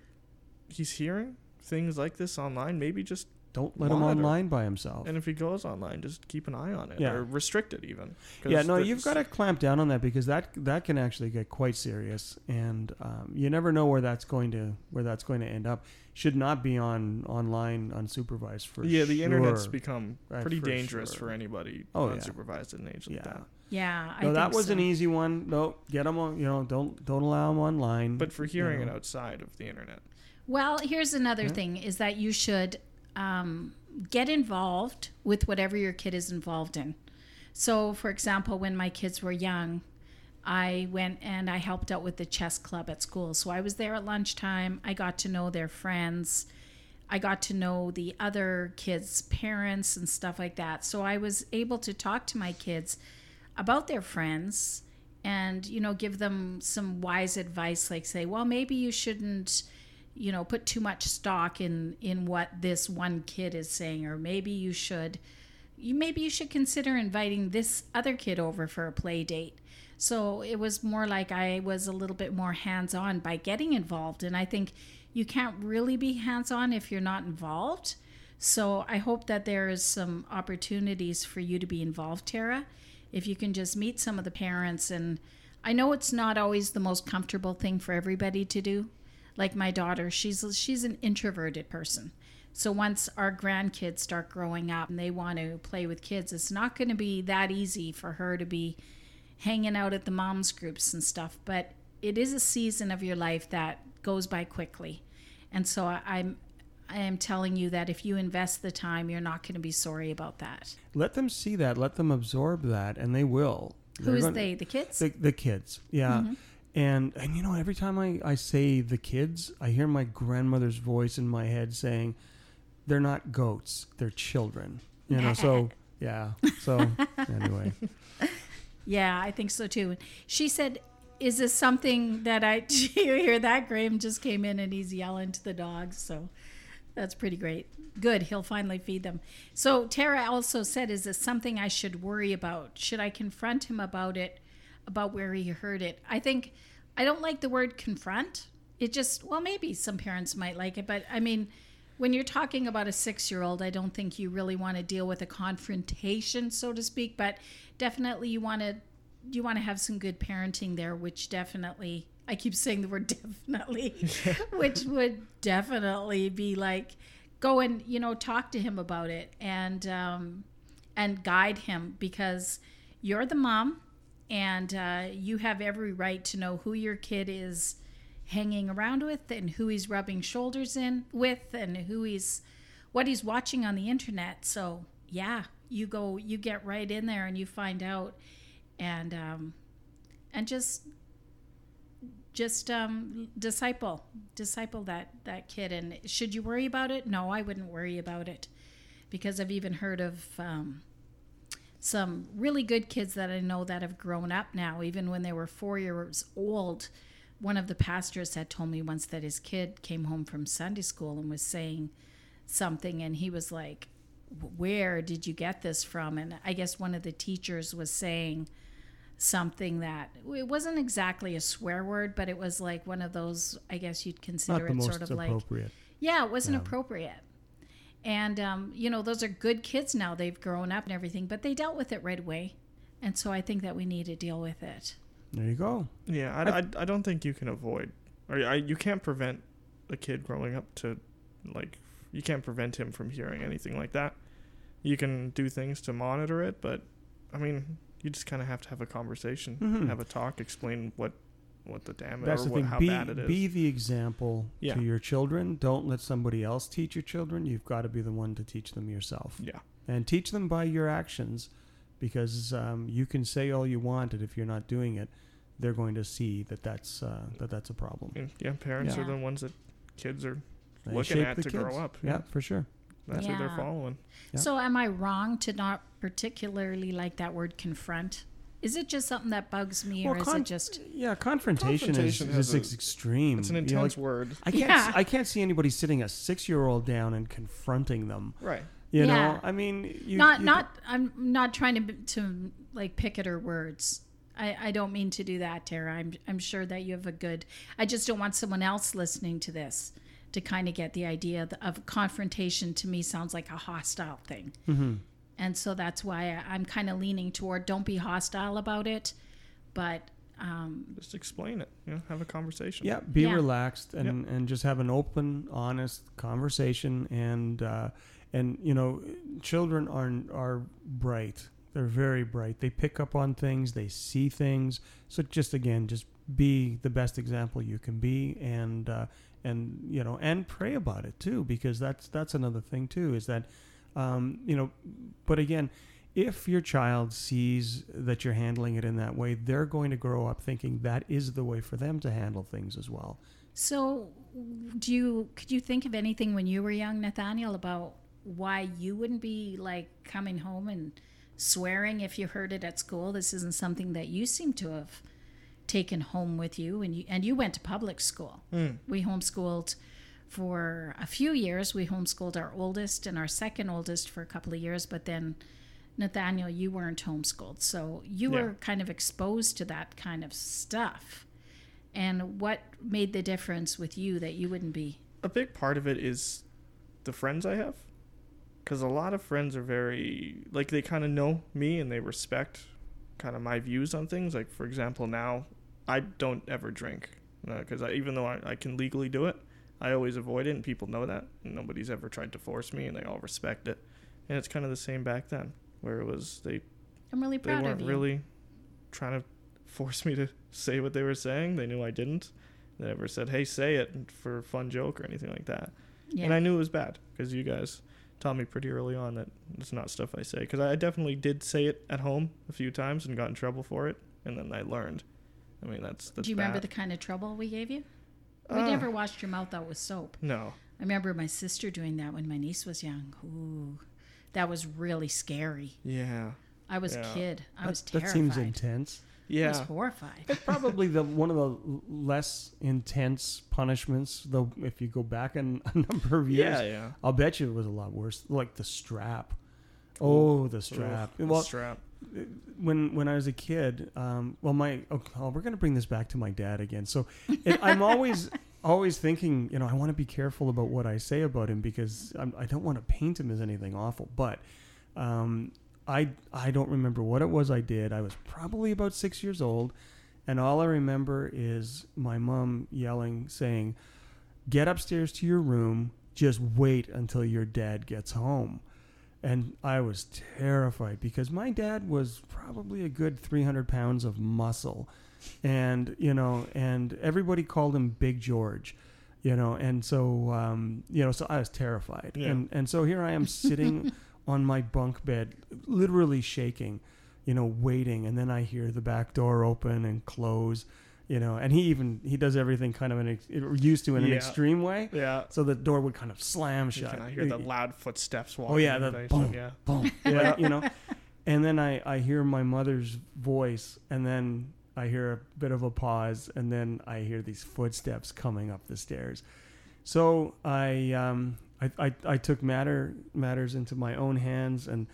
S3: he's hearing things like this online, maybe just
S2: Don't let him
S3: Monitor.
S2: online by himself.
S3: and if he goes online, just keep an eye on it
S2: Oh. Yeah.
S3: or restrict it even. 'Cause
S2: Yeah, no,
S3: that's-
S2: you've got to clamp down on that because that that can actually get quite serious, and um, you never know where that's going to where that's going to end up. Should not be on online unsupervised for
S3: yeah, the internet's
S2: sure.
S3: become
S2: That's
S3: pretty
S2: for
S3: dangerous
S2: sure.
S3: for anybody
S2: Oh, yeah.
S3: unsupervised in an age like
S2: yeah.
S3: that.
S1: Yeah, I
S2: No,
S1: think
S2: that was
S1: so.
S2: an easy one. No, get them on. You know, don't don't allow them online.
S3: But for hearing
S2: you know.
S3: it outside of the internet,
S1: Well, here's another
S2: Yeah.
S1: thing: is that you should um, get involved with whatever your kid is involved in. So, for example, when my kids were young, I went and I helped out with the chess club at school. So I was there at lunchtime. I got to know their friends. I got to know the other kids' parents and stuff like that. So I was able to talk to my kids about their friends and you know give them some wise advice like say well maybe you shouldn't you know put too much stock in in what this one kid is saying or maybe you should you maybe you should consider inviting this other kid over for a play date so it was more like i was a little bit more hands on by getting involved and i think you can't really be hands on if you're not involved so i hope that there is some opportunities for you to be involved tara if you can just meet some of the parents and I know it's not always the most comfortable thing for everybody to do. Like my daughter, she's she's an introverted person. So once our grandkids start growing up and they want to play with kids, it's not going to be that easy for her to be hanging out at the moms groups and stuff, but it is a season of your life that goes by quickly. And so I, I'm I am telling you that if you invest the time, you're not going to be sorry about that.
S2: Let them see that. Let them absorb that, and they will.
S1: Who
S2: They're
S1: is
S2: gonna-
S1: they? The kids? Mm-hmm.
S2: The, the kids. Yeah. And and you know, every time I, I say the kids, I hear my grandmother's voice in my head saying, They're not goats, they're children. You
S1: [laughs]
S2: know, so yeah. So anyway.
S1: Yeah, I think so too. She said, "Is this something that I?" [laughs] Do you hear that? Graham just came in and he's yelling to the dogs. So that's pretty great. Good, he'll finally feed them. So Tara also said, "Is this something I should worry about? Should I confront him about it? About where he heard it?" I think I don't like the word confront. It just well, maybe some parents might like it, but I mean. When you're talking about a six year old, I don't think you really want to deal with a confrontation, so to speak, but definitely you want to you want to have some good parenting there, which definitely I keep saying the word [laughs] definitely, which would definitely be like go and you know talk to him about it and um, and guide him because you're the mom and uh, you have every right to know who your kid is hanging around with and who he's rubbing shoulders in with and who he's what he's watching on the internet. So yeah, you go you get right in there and you find out and um, and just just um, disciple disciple that that kid and should you worry about it no i wouldn't worry about it because i've even heard of um, some really good kids that i know that have grown up now even when they were four years old one of the pastors had told me once that his kid came home from sunday school and was saying something and he was like where did you get this from? And I guess one of the teachers was saying something that it wasn't exactly a swear word, but it was like one of those, I guess you'd
S2: Not
S1: consider
S2: the
S1: it
S2: most
S1: sort of like,
S2: appropriate.
S1: yeah, it wasn't appropriate. And, um, you know, those are good kids now. They've grown up and everything, but they dealt with it right away. And so I think that we need to deal with it.
S2: there you go.
S3: Yeah, I, I, I don't think you can avoid or I, you can't prevent a kid growing up to like you can't prevent him from hearing anything like that. You can do things to monitor it, but I mean, you just kind of have to have a conversation,
S2: Mhm.
S3: have a talk, explain what what the damage
S2: That's
S3: or
S2: the
S3: what,
S2: thing.
S3: how
S2: Be,
S3: bad it is.
S2: be the example
S3: Yeah.
S2: to your children. Don't let somebody else teach your children. You've got to be the one to teach them yourself.
S3: yeah.
S2: and teach them by your actions because um, you can say all you want and if you're not doing it they're going to see that that's uh, that that's a problem
S3: I mean, yeah, parents
S1: Yeah.
S3: are the ones that kids are
S2: They
S3: looking
S2: shape
S3: at
S2: the
S3: to
S2: kids.
S3: grow up.
S2: yeah for sure
S3: That's who
S1: Yeah.
S3: they're following.
S2: Yeah.
S1: So am I wrong to not particularly like that word confront? Is it just something that bugs me or is
S2: con-
S1: it just
S2: yeah confrontation,
S3: Confrontation
S2: is, is
S3: has a-
S2: ex- extreme
S3: It's an
S2: You know,
S3: intense
S2: like,
S3: word.
S2: I can't
S1: Yeah.
S2: I can't see anybody sitting a six year old down and confronting them
S3: Right.
S2: you
S1: Yeah.
S2: know I mean you,
S1: not
S2: you-
S1: not i'm not trying to to like pick at her words i i don't mean to do that tara i'm i'm sure that you have a good i just don't want someone else listening to this to kind of get the idea th- of confrontation to me sounds like a hostile thing
S2: Mm-hmm.
S1: and so that's why I- i'm kind of leaning toward don't be hostile about it but um
S3: Just explain it. You know, have a conversation.
S2: Yeah, be
S1: Yeah.
S2: relaxed and, and just have an open, honest conversation. And uh, and you know, children are are bright. They're very bright. They pick up on things. They see things. So just again, just be the best example you can be, and uh, and you know, and pray about it too, because that's that's another thing too. Is that um, you know, but again. If your child sees that you're handling it in that way, they're going to grow up thinking that is the way for them to handle things as well.
S1: so do you could you think of anything when you were young nathaniel about why you wouldn't be like coming home and swearing if you heard it at school this isn't something that you seem to have taken home with you and you and you went to public school.
S3: Mm.
S1: We homeschooled for a few years. We homeschooled our oldest and our second oldest for a couple of years, but then Nathaniel, you weren't homeschooled. So you
S3: Yeah.
S1: were kind of exposed to that kind of stuff. And what made the difference with you that you wouldn't be?
S3: a big part of it is the friends I have. Because a lot of friends are very, like, they kind of know me and they respect kind of my views on things. Like, for example, now I don't ever drink. Because I even though I, I can legally do it, I always avoid it, and people know that. And nobody's ever tried to force me, and they all respect it. And it's kind of the same back then, where it was they
S1: I'm really
S3: they
S1: proud of
S3: weren't
S1: you.
S3: really trying to force me to say what they were saying. They knew I didn't. They never said, "Hey, say it" for a fun joke or anything like that.
S1: yeah.
S3: And I knew it was bad because you guys taught me pretty early on that it's not stuff I say. Because I definitely did say it at home a few times and got in trouble for it, and then I learned. I mean, that's that's.
S1: Do you remember the
S3: bad.
S1: kind of trouble we gave you? We
S3: Ah,
S1: never washed your mouth out with soap.
S3: No.
S1: I remember my sister doing that when my niece was young. Ooh, that was really scary.
S3: Yeah.
S1: I was
S3: Yeah.
S1: a kid. I
S2: that,
S1: was
S2: that
S1: terrified.
S2: seems intense.
S1: [laughs] I was
S3: Yeah.
S1: horrified.
S2: Probably the one of the l- less intense punishments, though. If you go back in a [laughs] number of years,
S3: Yeah, yeah.
S2: I'll bet you it was a lot worse. Like the strap. Oh, the
S3: Oof,
S2: strap.
S3: the
S2: well,
S3: strap.
S2: when when I was a kid, um, well, my oh, oh, we're gonna bring this back to my dad again. So it, I'm always always thinking, you know, I want to be careful about what I say about him because I'm, I don't want to paint him as anything awful. But um, I I don't remember what it was I did. I was probably about six years old, and all I remember is my mom yelling, saying, "Get upstairs to your room. Just wait until your dad gets home." And I was terrified because my dad was probably a good 300 pounds of muscle. And, you know, and everybody called him Big George, you know, and so, um, you know, so I was terrified.
S3: Yeah.
S2: And, and so here I am sitting on my bunk bed, literally shaking, you know, waiting. And then I hear the back door open and close, you know, and he even, he does everything kind of an, ex- used to in an
S3: Yeah.
S2: extreme way.
S3: Yeah.
S2: So the door would kind of slam
S3: You
S2: shut.
S3: can hear the loud footsteps walking.
S2: Oh, yeah,
S3: and
S2: the
S3: things,
S2: boom.
S3: Yeah.
S2: boom, like, you know. And then I, I hear my mother's voice, and then I hear a bit of a pause, and then I hear these footsteps coming up the stairs. So I um I, I, I took matter matters into my own hands, and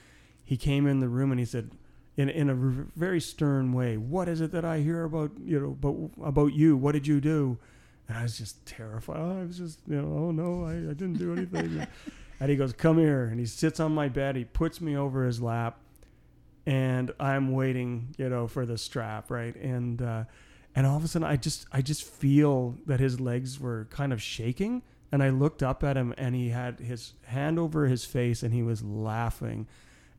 S2: he came in the room and he said, in in a r- very stern way, "What is it that I hear about you know about about you? What did you do?" And I was just terrified. I was just you know, oh no, I, I didn't do anything. And he goes, Come here. And he sits on my bed. He puts me over his lap. And I'm waiting, you know, for the strap, right? And uh, and all of a sudden I just I just feel that his legs were kind of shaking. And I looked up at him and he had his hand over his face and he was laughing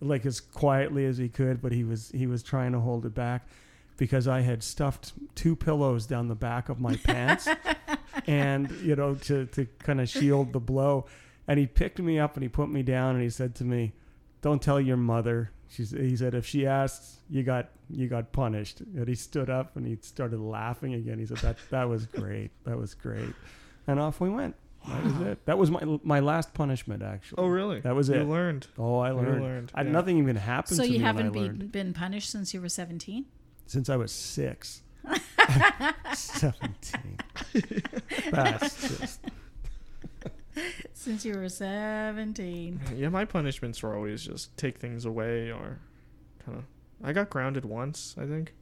S2: like as quietly as he could, but he was he was trying to hold it back because I had stuffed two pillows down the back of my pants
S3: [laughs]
S2: and you know to to kind of shield the blow and he picked me up and he put me down and he said to me don't tell your mother She's, he said if she asks you got you got punished and he stood up and he started laughing again he said that that was great that was great and off we went that was it that was my my last punishment actually
S3: Oh, really?
S2: That was
S3: You
S2: it.
S3: learned.
S2: oh i
S3: You
S2: learned,
S3: learned,
S2: I,
S3: yeah.
S2: nothing even happened
S1: so
S2: to
S1: you
S2: me when I
S1: haven't been,
S2: learned
S1: been punished since you were 17?
S2: since i
S1: [laughs]
S2: was six 17 that's just
S1: Since you were 17.
S3: Yeah, my punishments were always just take things away or kind of. I got grounded once, I think.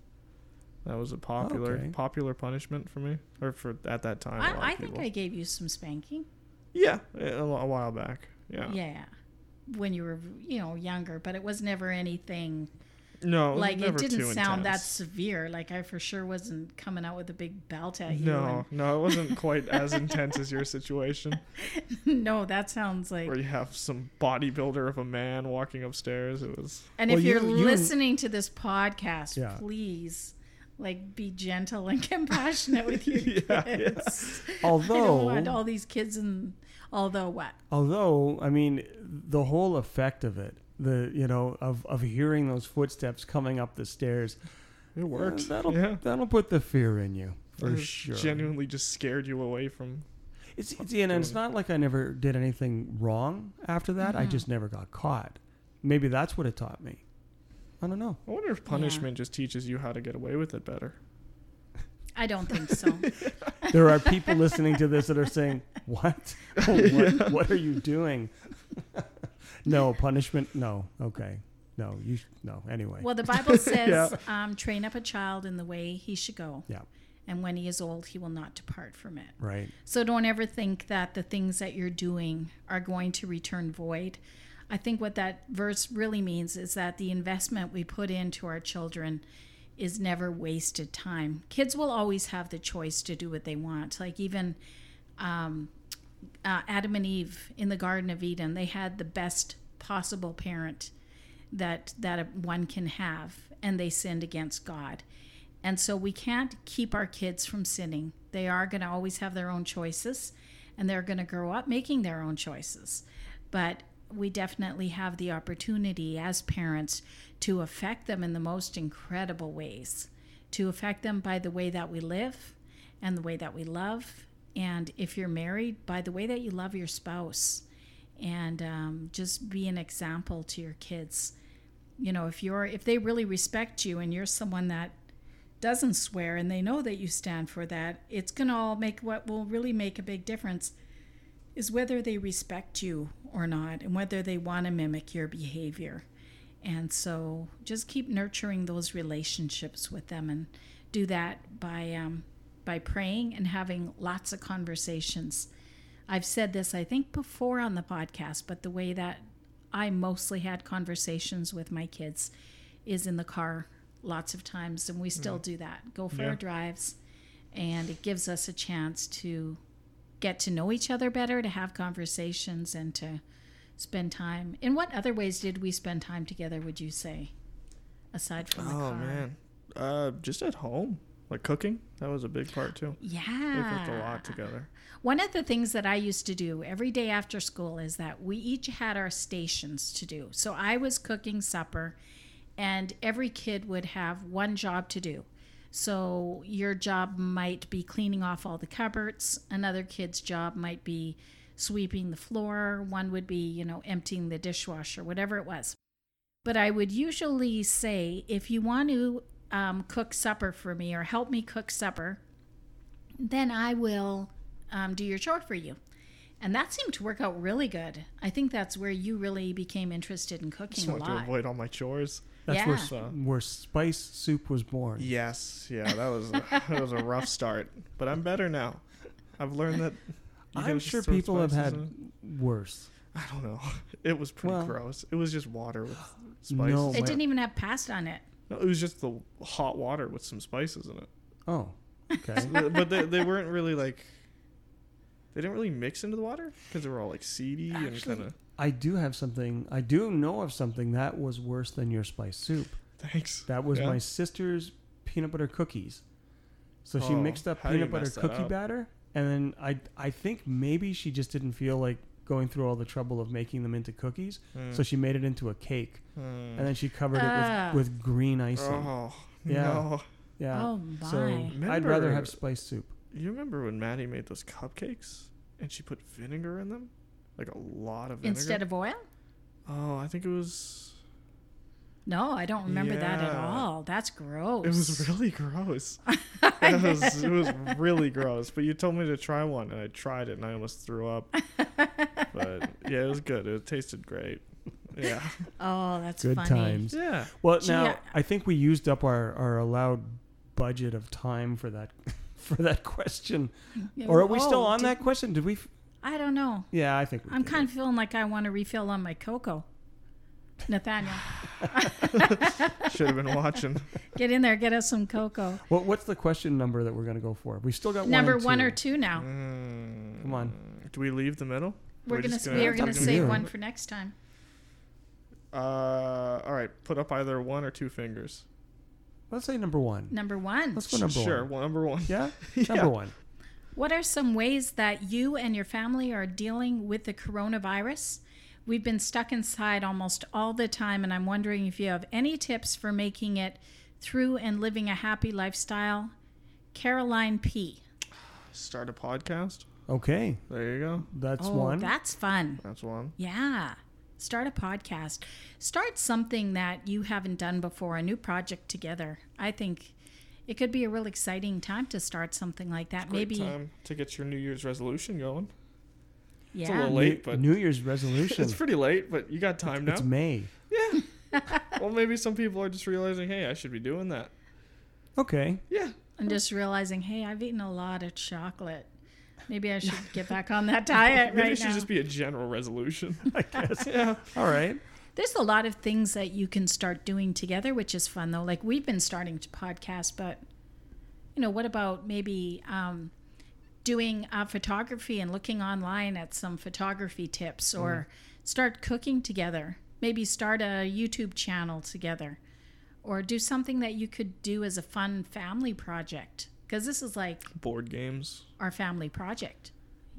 S3: That was a popular
S2: Okay.
S3: popular punishment for me, or for at that time. a lot
S1: I, I
S3: of
S1: think
S3: people.
S1: I gave you some spanking.
S3: Yeah, a, lo- a while back. Yeah.
S1: Yeah. When you were, you know, younger, but it was never anything
S3: No, Oh, it
S1: like
S3: was never
S1: it didn't
S3: too
S1: sound that
S3: intense.
S1: severe. Like I for sure wasn't coming out with a big belt at you.
S3: No, no, it wasn't quite
S1: [laughs]
S3: as intense as your situation,
S1: and- [laughs] no, that sounds like.
S3: where you have some bodybuilder of a man walking upstairs. It was.
S1: And
S2: Well,
S1: if you're
S2: you- you-
S1: listening to this podcast,
S2: Yeah.
S1: please like be gentle and [laughs] compassionate with your
S3: [laughs] Yeah, yeah.
S1: kids. [laughs] I
S2: although
S1: don't want all these kids and although what?
S2: although i mean the whole effect of it the you know of of hearing those footsteps coming up the stairs
S3: It worked.
S2: uh, that'll
S3: yeah.
S2: that'll put the fear in you for
S3: It
S2: sure
S3: Genuinely just scared you away from.
S2: it's, it's and it's not like i never did anything wrong after that
S1: Mm-hmm.
S2: i just never got caught maybe that's what it taught me i don't know
S3: I wonder if punishment just teaches you how to get away with it better.
S1: I don't think [laughs] so.
S2: There are people listening to this that are saying, "What? what, what are you doing?" [laughs] no punishment. No. Okay. No. You. sh- No. Anyway.
S1: Well, the [laughs] Bible says, um, train up a child in the way he should go.
S2: Yeah.
S1: And when he is old, he will not depart from it.
S2: Right.
S1: So don't ever think that the things that you're doing are going to return void. I think what that verse really means is that the investment we put into our children is never wasted time. Kids will always have the choice to do what they want. Like even um, uh, Adam and Eve in the Garden of Eden, they had the best possible parent that that one can have, and they sinned against God. And so we can't keep our kids from sinning. They are going to always have their own choices and they're going to grow up making their own choices. But we definitely have the opportunity as parents to affect them in the most incredible ways, to affect them by the way that we live and the way that we love. And if you're married, by the way that you love your spouse and um, just be an example to your kids. You know, if you're if they really respect you and you're someone that doesn't swear and they know that you stand for that, it's going to all make what will really make a big difference is whether they respect you or not and whether they want to mimic your behavior. And so just keep nurturing those relationships with them and do that by um, by praying and having lots of conversations. I've said this I think before on the podcast, but the way that I mostly had conversations with my kids is in the car lots of times and we still do that. Go for
S3: Yeah.
S1: our drives and it gives us a chance to get to know each other better, to have conversations and to spend time. In what other ways did we spend time together, would you say? Aside from the
S3: oh
S1: car.
S3: man, uh, just at home, like cooking. That was a big part too. We
S1: Yeah.
S3: cooked a lot together.
S1: One of the things that I used to do every day after school is that we each had our stations to do. So I was cooking supper, and every kid would have one job to do. So your job might be cleaning off all the cupboards, another kid's job might be sweeping the floor, one would be, you know, emptying the dishwasher, whatever it was. But I would usually say, if you want to um, cook supper for me or help me cook supper, then I will um, do your chore for you. And that seemed to work out really good. I think that's where you really became interested in cooking
S3: Just
S1: a
S3: wanted to
S1: lot.
S3: avoid all my chores.
S2: That's where
S1: Yeah.
S2: s- where spice soup was born.
S3: Yes, yeah, that
S1: [laughs]
S3: was a, that was a rough start, but I'm better now. I've learned that. you
S2: I'm
S3: gotta just
S2: sure
S3: throw
S2: people have had
S3: spices in.
S2: worse.
S3: I don't know. [laughs] It was pretty
S2: Well-
S3: gross. It was just water
S2: [gasps]
S3: with spices.
S2: No.
S1: It didn't even have pasta on it.
S3: No, it was just the hot water with some
S1: [laughs]
S3: spices in it.
S2: Oh.
S3: [laughs]
S2: Okay.
S3: But- but they, they weren't really like. They didn't really mix into the water because they were all like seedy and
S2: Actually-
S3: kind of.
S2: I do have something. I do know of something that was worse than your spice soup.
S3: Thanks.
S2: That was
S3: Yeah.
S2: my sister's peanut butter cookies. So she
S3: Oh,
S2: mixed up
S3: how do you
S2: peanut butter
S3: mess that
S2: cookie
S3: up?
S2: batter, and then I I think maybe she just didn't feel like going through all the trouble of making them into cookies,
S3: Mm.
S2: so she made it into a cake,
S3: Mm.
S2: and then she covered
S1: Ah.
S2: it with, with green icing.
S3: Oh
S2: Yeah.
S3: no!
S2: Yeah.
S1: Oh
S2: So
S1: my.
S2: I'd rather
S3: Remember-
S2: have spice soup.
S3: You remember when Maddie made those cupcakes and she put vinegar in them, like a lot of vinegar.
S1: Instead of oil?
S3: oh, I think it was.
S1: No, I don't remember that at
S3: Yeah.
S1: all. That's gross.
S3: It was
S1: [laughs]
S3: really gross. it, was, it was really gross. But you told me to try one, and I tried it, and I almost threw up. But yeah, it was good. It
S1: [laughs]
S3: tasted great. Yeah.
S1: oh, that's
S2: Good
S1: funny.
S2: times.
S3: [laughs] Yeah.
S2: Well,
S1: Gee,
S2: now
S1: I-
S2: I think we used up our, our allowed budget of time for that [laughs] for that question.
S1: [laughs] Yeah,
S2: Or are we still
S1: oh,
S2: on
S1: did-
S2: that question? Did we? F-
S1: I don't know.
S2: yeah, I think we
S1: I'm
S2: did.
S1: kind of feeling like I want to refill on my cocoa.
S2: [laughs]
S1: Nathaniel,
S3: Should have been watching.
S1: get in there, get us some cocoa.
S2: What, what's the question number that we're going to go for? We still got
S1: Number
S2: one, and
S1: one
S2: two.
S1: or two
S2: Mm-hmm.
S1: now.
S3: Mm.
S2: Come on.
S3: Do we leave the middle?
S1: We're,
S3: We're
S1: gonna
S3: just
S1: we
S3: gonna-
S1: are gonna
S2: Talking
S1: save
S2: about-
S1: one for next time.
S3: Uh, all right. Put up either one or two fingers.
S2: Let's say number one.
S1: Number one.
S2: Let's go number
S3: sure.
S2: one.
S3: Well, number one. [laughs]
S1: [laughs]
S2: Yeah?
S3: Yeah.
S2: number one.
S1: What are some ways that you and your family are dealing with the coronavirus? We've been stuck inside almost all the time, and I'm wondering if you have any tips for making it through and living a happy lifestyle. Caroline P.
S3: Start a podcast.
S2: Okay,
S3: There you go.
S2: that's
S1: Oh,
S2: one.
S1: That's fun.
S3: That's one.
S1: Yeah. Start a podcast. Start something that you haven't done before, a new project together. I think it could be a real exciting time to start something like that.
S3: Great
S1: Maybe
S3: time to get your New Year's resolution going. a
S1: yeah.
S3: little late, but- [laughs]
S2: New Year's resolution.
S3: It's pretty late, but you got time now.
S2: It's May.
S3: well, maybe some people are just realizing, hey, I should be doing that.
S2: Okay.
S3: Yeah,
S1: I'm just realizing, hey, I've eaten a lot of chocolate. Maybe I should get back on
S3: [laughs]
S1: that diet
S3: maybe
S1: uh, right
S3: it should
S1: now.
S3: just be a general resolution. [laughs]
S2: I guess.
S3: yeah,
S2: All right.
S1: There's a lot of things that you can start doing together, which is fun though. Like we've been starting to podcast, but you know, what about maybe um, doing uh, photography and looking online at some photography tips, or
S3: Mm-hmm.
S1: start cooking together? Maybe start a YouTube channel together, or do something that you could do as a fun family project. Because this is like
S3: board games.
S1: our family project.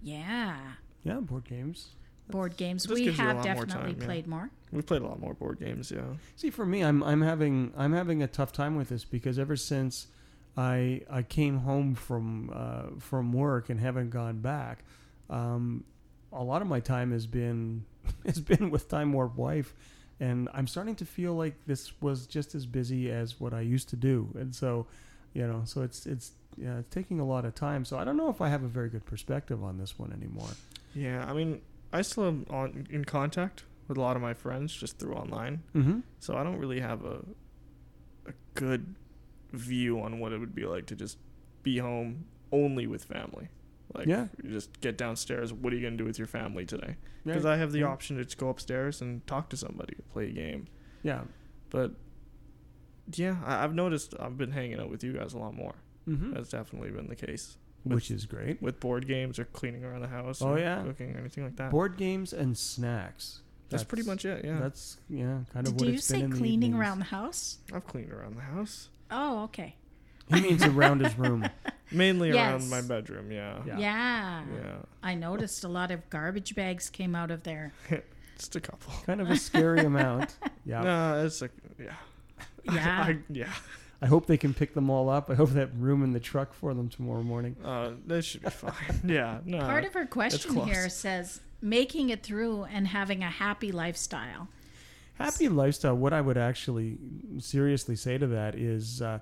S1: Yeah,
S2: Yeah, board games.
S1: board games.
S3: This
S1: We
S3: gives you a
S1: have
S3: lot more
S1: definitely
S3: time, yeah.
S1: played more.
S3: We played a lot more board games. Yeah,
S2: See, for me, I'm I'm having I'm having a tough time with this because ever since I I came home from uh, from work and haven't gone back, um, a lot of my time has been [laughs] has been with Time Warp Wife, and I'm starting to feel like this was just as busy as what I used to do, and so you know, so it's it's yeah, it's taking a lot of time. So I don't know if I have a very good perspective on this one anymore.
S3: yeah. I mean, I still am on in contact with a lot of my friends just through online,
S2: Mm-hmm.
S3: so I don't really have a a good view on what it would be like to just be home only with family. Like,
S2: Yeah.
S3: you just get downstairs. What are you gonna do with your family today? Because I have the
S2: yeah.
S3: option to just go upstairs and talk to somebody, play a game.
S2: Yeah.
S3: But yeah, I, I've noticed I've been hanging out with you guys a lot more.
S2: hmm
S3: That's definitely been the case
S2: Which is great.
S3: with board games or cleaning around the house.
S2: Oh,
S3: or
S2: yeah.
S3: cooking or anything like that.
S2: board games and snacks.
S3: that's, pretty much it. Yeah,
S2: That's yeah, kind of
S1: Do
S2: what
S1: you
S2: it's
S1: say
S2: been in
S1: cleaning
S2: the evenings.
S1: around the house?
S3: I've cleaned around the house
S1: Oh, okay.
S2: He means around
S1: [laughs]
S2: his room.
S3: mainly
S1: Yes.
S3: around my bedroom. Yeah,
S2: Yeah.
S1: Yeah.
S3: Yeah.
S1: I noticed a lot of garbage bags came out of
S2: [laughs]
S1: there.
S3: just a couple.
S2: Kind of a scary amount. Yeah.
S3: No, it's like yeah, [laughs]
S1: Yeah.
S3: I, yeah.
S2: I hope they can pick them all up. I hope that room in the truck for them tomorrow morning.
S3: Uh, that should be fine. [laughs] yeah, no.
S1: Part of her question
S3: close.
S1: here says making it through and having a happy lifestyle.
S2: Happy lifestyle. What I would actually seriously say to that is, uh,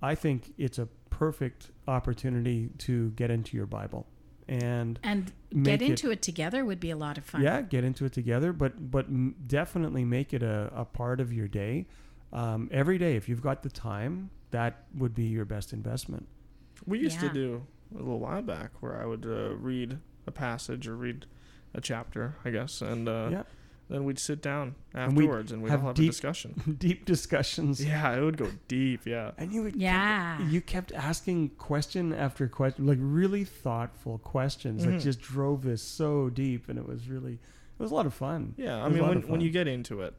S2: I think it's a perfect opportunity to get into your Bible and
S1: And
S2: Make
S1: get
S2: it-
S1: into it. together would be a lot of fun.
S2: Yeah, get into it together, but but m- definitely make it a, a part of your day. Um, every day, if you've got the time, that would be your best investment. [laughs]
S3: We used
S1: Yeah.
S3: to do a little while back where I would uh, read a passage or read a chapter, I guess, and uh,
S2: Yeah.
S3: then we'd sit down
S2: And we'd
S3: afterwards and we'd,
S2: have
S3: all have
S2: deep-
S3: a
S2: [laughs]
S3: discussion.
S2: Deep discussions,
S3: yeah, it would go deep. Yeah.
S2: and you would kept-
S1: Yeah.
S2: you kept asking question after question, like really thoughtful questions that
S3: Mhm.
S2: just drove this so deep, and it was really it was a lot of fun.
S3: Yeah.
S2: It
S3: I
S2: was a
S3: mean,
S2: lot
S3: when,
S2: of fun.
S3: when you get into it,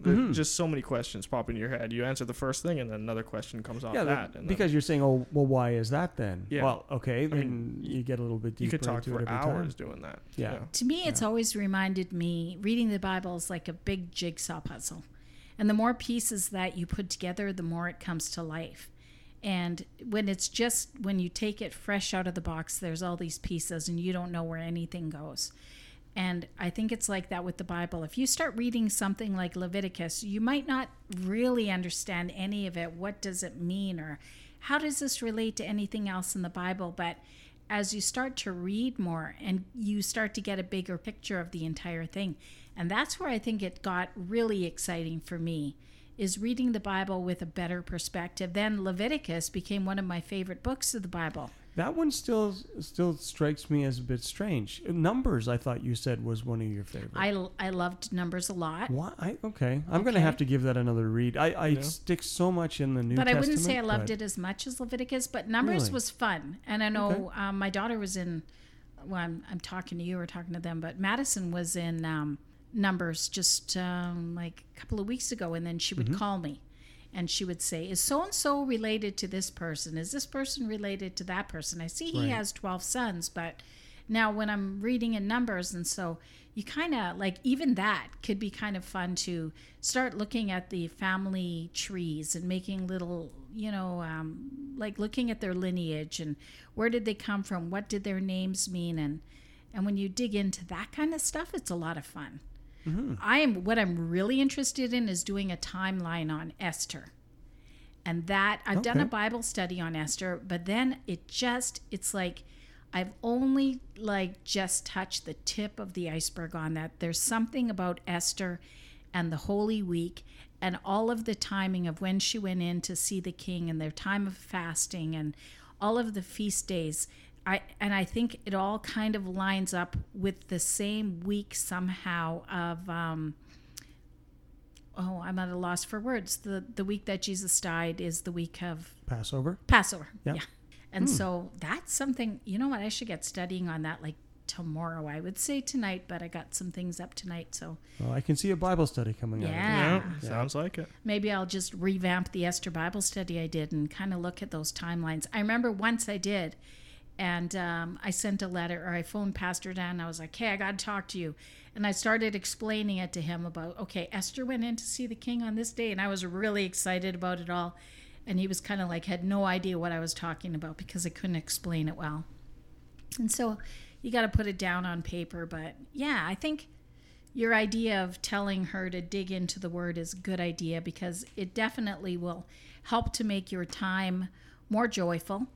S3: there-
S2: Mhm.
S3: just so many questions pop into your head. You answer the first thing and then another question comes off
S2: yeah,
S3: that.
S2: the-
S3: and then
S2: because you're saying, oh, well, why is that then?
S3: Yeah.
S2: Well, okay, then
S3: mean,
S2: you get a little bit deeper
S3: you could talk
S2: into it
S3: for
S2: every
S3: hours
S2: time.
S3: doing that.
S2: Yeah.
S1: To me, it's
S2: Yeah.
S1: always reminded me reading the Bible is like a big jigsaw puzzle. And the more pieces that you put together, the more it comes to life. And when it's just when you take it fresh out of the box, there's all these pieces and you don't know where anything goes. And I think it's like that with the Bible. If you start reading something like Leviticus, you might not really understand any of it. What does it mean? Or how does this relate to anything else in the Bible? But as you start to read more and you start to get a bigger picture of the entire thing, and that's where I think it got really exciting for me is reading the Bible with a better perspective. Then Leviticus became one of my favorite books of the Bible.
S2: That one still still strikes me as a bit strange. Numbers, I thought you said was one of your favorites.
S1: I, I loved Numbers a lot.
S2: Why? I, okay, I'm going to
S1: Okay.
S2: have to give that another read. I, I
S3: Yeah.
S2: stick so much in the New
S1: but I
S2: Testament.
S1: wouldn't say I loved
S2: but-
S1: it as much as Leviticus. But Numbers
S2: Really?
S1: was fun, and I know
S2: Okay.
S1: um, my daughter was in. Well, I'm, I'm talking to you or talking to them, but Madison was in um, Numbers just um, like a couple of weeks ago, and then she would
S2: Mm-hmm.
S1: call me, and she would say, "Is so and so related to this person? Is this person related to that person?" I see he
S2: Right.
S1: has twelve sons, but now when I'm reading in Numbers, and so you kind of like even that could be kind of fun to start looking at the family trees and making little you know um, like looking at their lineage and where did they come from what did their names mean and and when you dig into that kind of stuff it's a lot of fun i am what i'm really interested in is doing a timeline on esther and that I've done a
S2: Okay.
S1: Bible study on Esther, but then it just it's like I've only like just touched the tip of the iceberg on that. There's something about Esther and the Holy Week and all of the timing of when she went in to see the king and their time of fasting and all of the feast days. I and I think it all kind of lines up with the same week somehow of um, oh, I'm at a loss for words. The the week that Jesus died is the week of
S2: Passover.
S1: Passover.
S2: Yeah.
S1: Yeah. And so that's something, you know what? I should get studying on that like tomorrow. I would say tonight, but I got some things up tonight. So
S2: Well, I can see a Bible study coming out.
S1: Yeah.
S3: Yeah,
S2: Yeah.
S3: sounds like it.
S1: maybe I'll just revamp the Esther Bible study I did and kind of look at those timelines. I remember once I did, and um, I sent a letter or I phoned Pastor Dan. And I was like, hey, I got to talk to you. And I started explaining it to him about, okay, Esther went in to see the king on this day, and I was really excited about it all. And he was kind of like, had no idea what I was talking about because I couldn't explain it well. And so you got to put it down on paper. But yeah, I think your idea of telling her to dig into the word is a good idea because it definitely will help to make your time more joyful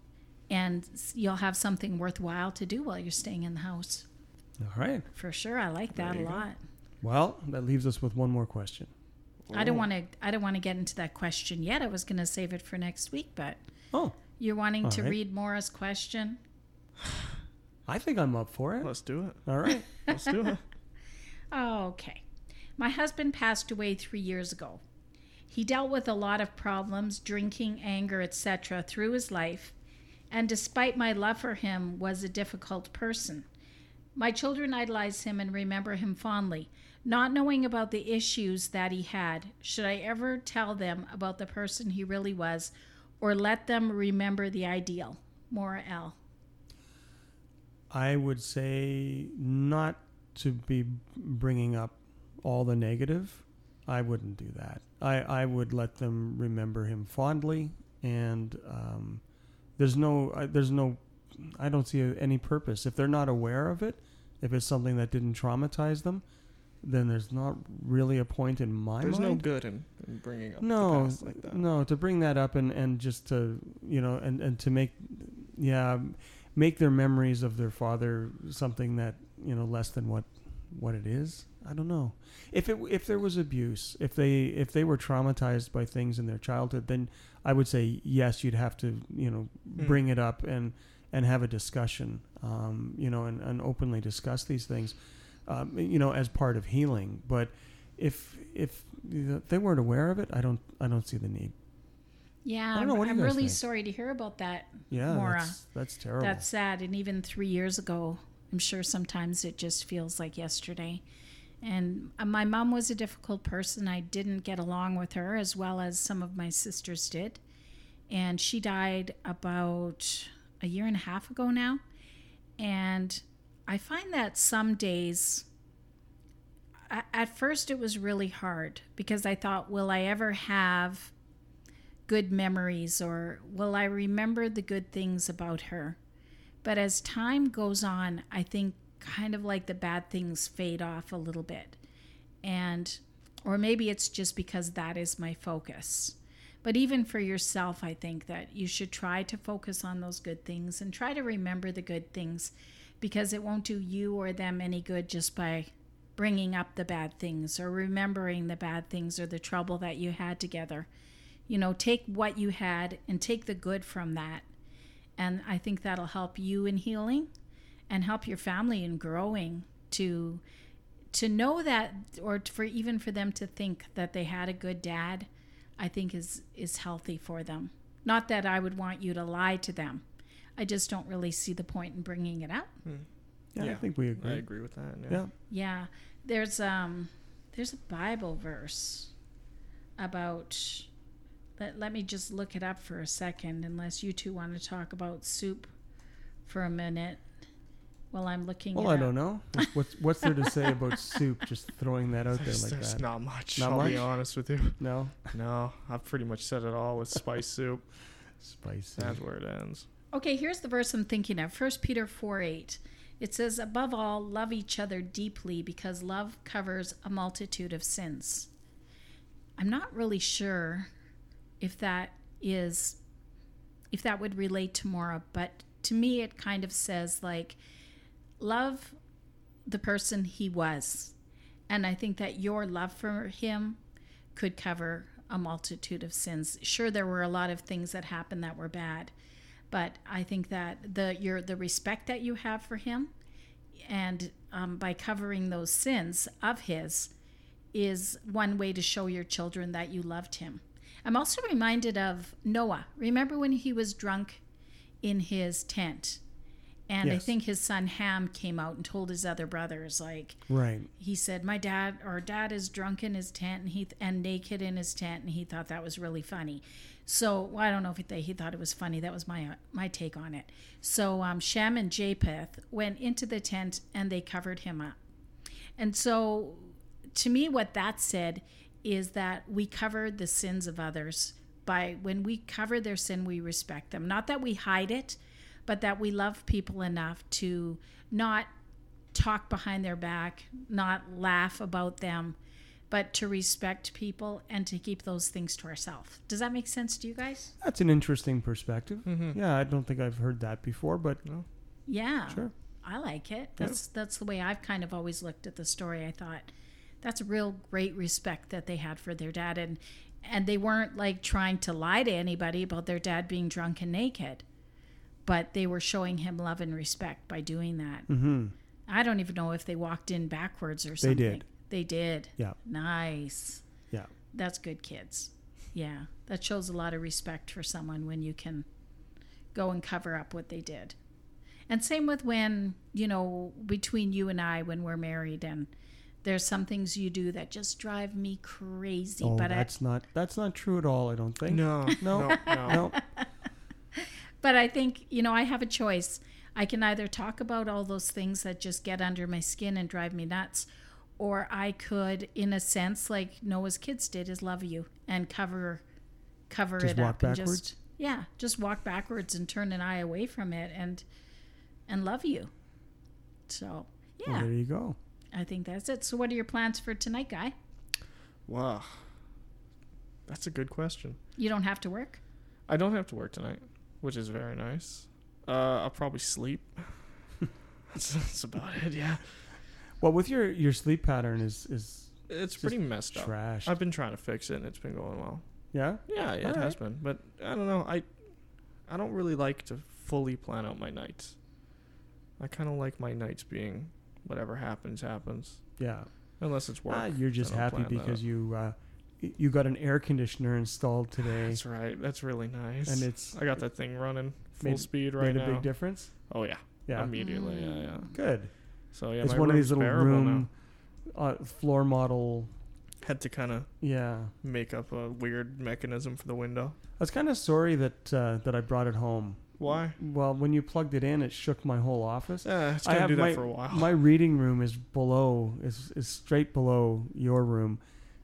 S1: and s- you'll have something worthwhile to do while you're staying in the house.
S2: All right.
S1: For sure, I like that a
S3: There you go.
S1: lot.
S2: Well, that leaves us with one more question.
S1: I don't want to I don't want to get into that question yet. I was going to save it for next week, but
S2: Oh,
S1: you're wanting
S2: All
S1: to
S2: right.
S1: read Maura's question.
S2: I think I'm up for it.
S3: Let's do it.
S2: All right.
S3: Let's
S2: [laughs]
S3: do it.
S1: Okay. My husband passed away three years ago. He dealt with a lot of problems, drinking, anger, etc., through his life, and despite my love for him, was a difficult person. My children idolize him and remember him fondly, not knowing about the issues that he had. Should I ever tell them about the person he really was, or let them remember the ideal? Maura L.
S2: I would say not to be bringing up all the negative. I wouldn't do that. I, I would let them remember him fondly, and um, there's no I- there's no I don't see any purpose if they're not aware of it. If it's something that didn't traumatize them, then there's not really a point in my
S3: There's no
S2: mind
S3: good in, in bringing up the
S2: no
S3: past like that.
S2: no to bring that up and and just to you know and and to make yeah make their memories of their father something that you know less than what what it is i don't know if it if there was abuse if they if they were traumatized by things in their childhood then i would say yes you'd have to you know
S3: Hmm.
S2: bring it up and and have a discussion um you know and, and openly discuss these things um, you know as part of healing but if if they weren't aware of it i don't i don't see the need
S1: Yeah,
S2: I don't know, what do
S1: I'm
S2: you guys
S1: really
S2: think?
S1: sorry to hear about that.
S2: yeah
S1: Maura.
S2: that's that's terrible
S1: That's sad. And even three years ago, I'm sure sometimes it just feels like yesterday. And uh, my mom was a difficult person. I didn't get along with her as well as some of my sisters did. And she died about a year and a half ago now. And I find that some days, a- at first, it was really hard because I thought, will I ever have good memories or will I remember the good things about her? But as time goes on, I think kind of like the bad things fade off a little bit. And, or maybe it's just because that is my focus. But even for yourself, I think that you should try to focus on those good things and try to remember the good things because it won't do you or them any good just by bringing up the bad things or remembering the bad things or the trouble that you had together. You know, take what you had and take the good from that. And I think that'll help you in healing and help your family in growing to to know that or t- for even for them to think that they had a good dad i think is is healthy for them not that i would want you to lie to them i just don't really see the point in bringing it up
S2: yeah, i
S3: yeah.
S2: think we
S3: Hmm. I
S2: agree
S3: agree with that. Yeah.
S2: yeah
S1: yeah there's um there's a bible verse about let, let me just look it up for a second unless you two want to talk about soup for a minute while i'm looking
S2: well
S1: it
S2: i
S1: up.
S2: don't know What's- what's what's there
S1: [laughs]
S2: to say about soup just throwing that out there
S3: There's,
S2: like
S3: there's
S2: that
S3: not much.
S2: Not
S3: I'll
S2: much?
S3: be honest with you.
S2: [laughs]
S3: [laughs]
S2: no
S3: No, I've pretty much said it all with spice soup.
S2: spicy
S3: That's where it ends.
S1: Okay, here's the verse I'm thinking of. 1 Peter 4 8. It says, Above all, love each other deeply because love covers a multitude of sins. I'm not really sure if that is if that would relate to Mora, but to me, it kind of says like, love the person he was. And I think that your love for him could cover a multitude of sins. Sure, there were a lot of things that happened that were bad, but I think that the your the respect that you have for him, and um, by covering those sins of his, is one way to show your children that you loved him. I'm also reminded of Noah. Remember when he was drunk in his tent? And I
S2: Yes.
S1: think his son Ham came out and told his other brothers, like,
S2: Right.
S1: he said my dad or dad is drunk in his tent and he and naked in his tent and he thought that was really funny so well, i don't know if they, he thought it was funny that was my my take on it so um, shem and japheth went into the tent and they covered him up and so to me what that said is that we cover the sins of others by when we cover their sin we respect them not that we hide it but that we love people enough to not talk behind their back, not laugh about them, but to respect people and to keep those things to ourselves. Does that make sense to you guys?
S2: That's an interesting perspective.
S3: Mm-hmm.
S2: Yeah, I don't think I've heard that before, but
S1: Yeah.
S2: sure.
S1: I like it. That's that's the way I've kind of always looked at the story. I thought that's a real great respect that they had for their dad and and they weren't like trying to lie to anybody about their dad being drunk and naked. But they were showing him love and respect by doing that.
S2: Mm-hmm.
S1: I don't even know if they walked in backwards or
S2: They
S1: something.
S2: did.
S1: They did.
S2: Yeah.
S1: Nice.
S2: Yeah.
S1: That's good, kids. Yeah, that shows a lot of respect for someone when you can go and cover up what they did. And same with when, you know, between you and I, when we're married, and there's some things you do that just drive me crazy.
S2: Oh,
S1: but I,
S2: that's not that's not true at all. I don't think.
S3: No,
S2: No.
S3: no,
S2: [laughs]
S1: [laughs]
S3: no.
S2: No.
S1: but I think, you know, I have a choice. I can either talk about all those things that just get under my skin and drive me nuts, or I could, in a sense, like Noah's kids did, is love you and cover cover
S2: Just
S1: it
S2: walk
S1: up and just
S2: backwards?
S1: yeah, just walk backwards and turn an eye away from it and and love you. So
S2: Well,
S1: yeah,
S2: there you go.
S1: I think that's it. So what are your plans for tonight, guy?
S3: Wow, that's a good question.
S1: You don't have to work.
S3: I don't have to work tonight, which is very nice. Uh, I'll probably sleep. [laughs] that's, that's about it. Yeah,
S2: Well, with your your sleep pattern is is
S3: it's
S2: Just
S3: pretty messed up.
S2: trash.
S3: I've been trying to fix it, and it's been going well.
S2: Yeah.
S3: Yeah, yeah it has been, but I don't know. I I don't really like to fully plan out my nights. I kind of like my nights being whatever happens happens,
S2: Yeah.
S3: unless it's work.
S2: Ah, you're just
S3: then I'll
S2: happy
S3: plan that
S2: because
S3: out.
S2: you uh, y- you got an air conditioner
S3: [sighs]
S2: installed today,
S3: That's right. That's really nice.
S2: and it's
S3: I got that thing running full
S2: Made-
S3: speed right
S2: made
S3: now.
S2: a big difference.
S3: oh yeah,
S2: Yeah.
S3: immediately. Yeah, yeah.
S2: Good.
S3: So yeah,
S2: it's
S3: my
S2: one of
S3: room's
S2: these little
S3: bearable
S2: room uh, floor model.
S3: Now. Had to kind of
S2: Yeah.
S3: make up a weird mechanism for the window.
S2: I was kind of sorry that uh, that I brought it home.
S3: Why?
S2: Well, when you plugged it in, it shook my whole office.
S3: Uh, it's
S2: Mm. I
S3: gonna
S2: have
S3: do that
S2: my-
S3: for a while.
S2: My reading room is below, is, is straight below your room,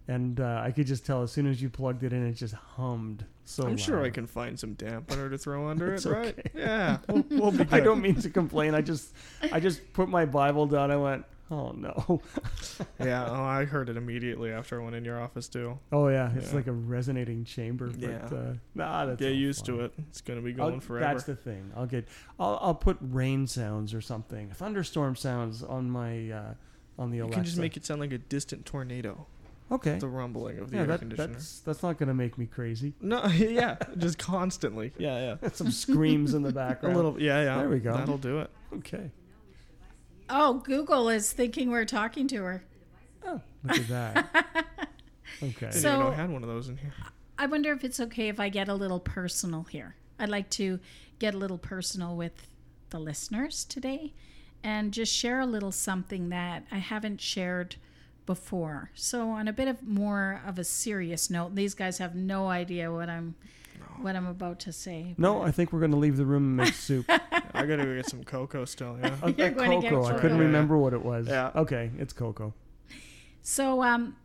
S2: and uh, I could just tell as soon as you plugged it in, it just hummed. So
S3: I'm sure I
S2: loud.
S3: can find some dampener to throw under it,
S2: Oh, It's
S3: right? Yeah,
S2: [laughs]
S3: we'll, [laughs] we'll be good.
S2: I don't mean to complain. I just, I just put my Bible down. I went, oh no, [laughs]
S3: yeah, oh, I heard it immediately after I went in your office too.
S2: oh yeah, it's
S3: Yeah.
S2: like a resonating chamber. But,
S3: Yeah.
S2: uh, nah, that's
S3: Get
S2: all
S3: used
S2: fine.
S3: to it. It's gonna be
S2: I'll-
S3: going forever.
S2: That's the thing. I'll get. I'll, I'll put rain sounds or something, thunderstorm sounds on my uh, on the
S3: you
S2: Alexa.
S3: can just make it sound like a distant tornado.
S2: okay.
S3: The rumbling of the
S2: yeah,
S3: air
S2: that,
S3: conditioner.
S2: that's that's not gonna make me crazy. [laughs]
S3: No, [laughs] yeah, just constantly. Yeah,
S2: Some screams in the
S3: yeah. [laughs] A
S2: background.
S3: little. Yeah, yeah.
S2: There we go.
S3: That'll do it. [laughs]
S2: Okay.
S1: Oh, Google is thinking we're talking to her.
S2: Oh, look at that.
S1: [laughs]
S2: Okay.
S3: [laughs] Didn't
S1: So-
S3: even know I had one of those in here.
S1: I wonder if it's okay if I get a little personal here. I'd like to get a little personal with the listeners today and just share a little something that I haven't shared before. So on a bit of more of a serious note, these guys have no idea what I'm what I'm about to say.
S2: no, I think we're gonna leave the room and make soup.
S3: I gotta go get some cocoa still.
S2: [laughs]
S3: Yeah.
S2: Uh,
S1: [laughs] You're
S2: uh,
S1: going to get
S2: cocoa. I couldn't
S3: cocoa.
S2: remember what it was.
S3: Yeah.
S2: Okay, it's cocoa.
S1: So, um,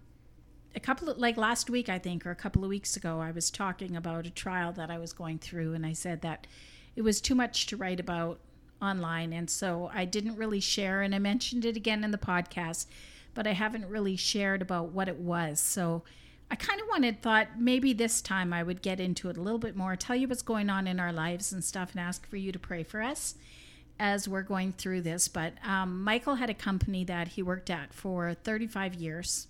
S1: a couple of, like last week, I think, or a couple of weeks ago, I was talking about a trial that I was going through, and I said that it was too much to write about online. And so I didn't really share, and I mentioned it again in the podcast, but I haven't really shared about what it was. So, I kind of wanted thought maybe this time I would get into it a little bit more, tell you what's going on in our lives and stuff, and ask for you to pray for us as we're going through this. But um, Michael had a company that he worked at for 35 years,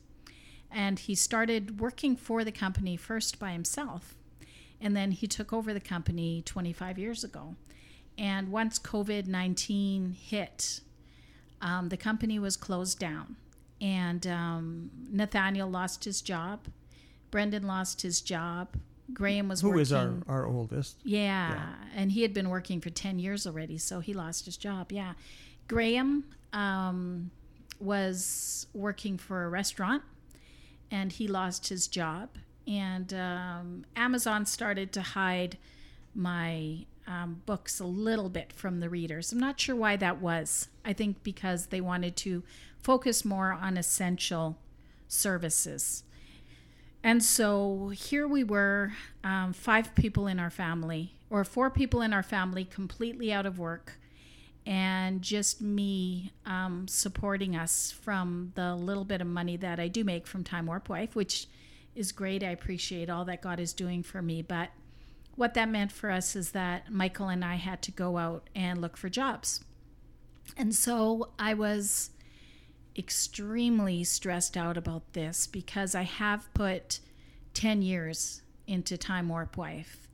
S1: and he started working for the company first by himself, and then he took over the company 25 years ago. And once COVID 19 hit, um, the company was closed down and um, Nathaniel lost his job. Brendan lost his job. Graham was
S2: Who
S1: working.
S2: is our, our oldest?
S1: yeah,
S2: Yeah.
S1: and he had been working for ten years already, so he lost his job. Yeah, Graham um, was working for a restaurant, and he lost his job. And um, Amazon started to hide my um, books a little bit from the readers. I'm not sure why that was. I think because they wanted to focus more on essential services. And so here we were, um, five people in our family, or four people in our family, completely out of work, and just me um, supporting us from the little bit of money that I do make from Time Warp Wife, which is great. I appreciate all that God is doing for me. But what that meant for us is that Michael and I had to go out and look for jobs. And so I was extremely stressed out about this because I have put 10 years into Time Warp Wife.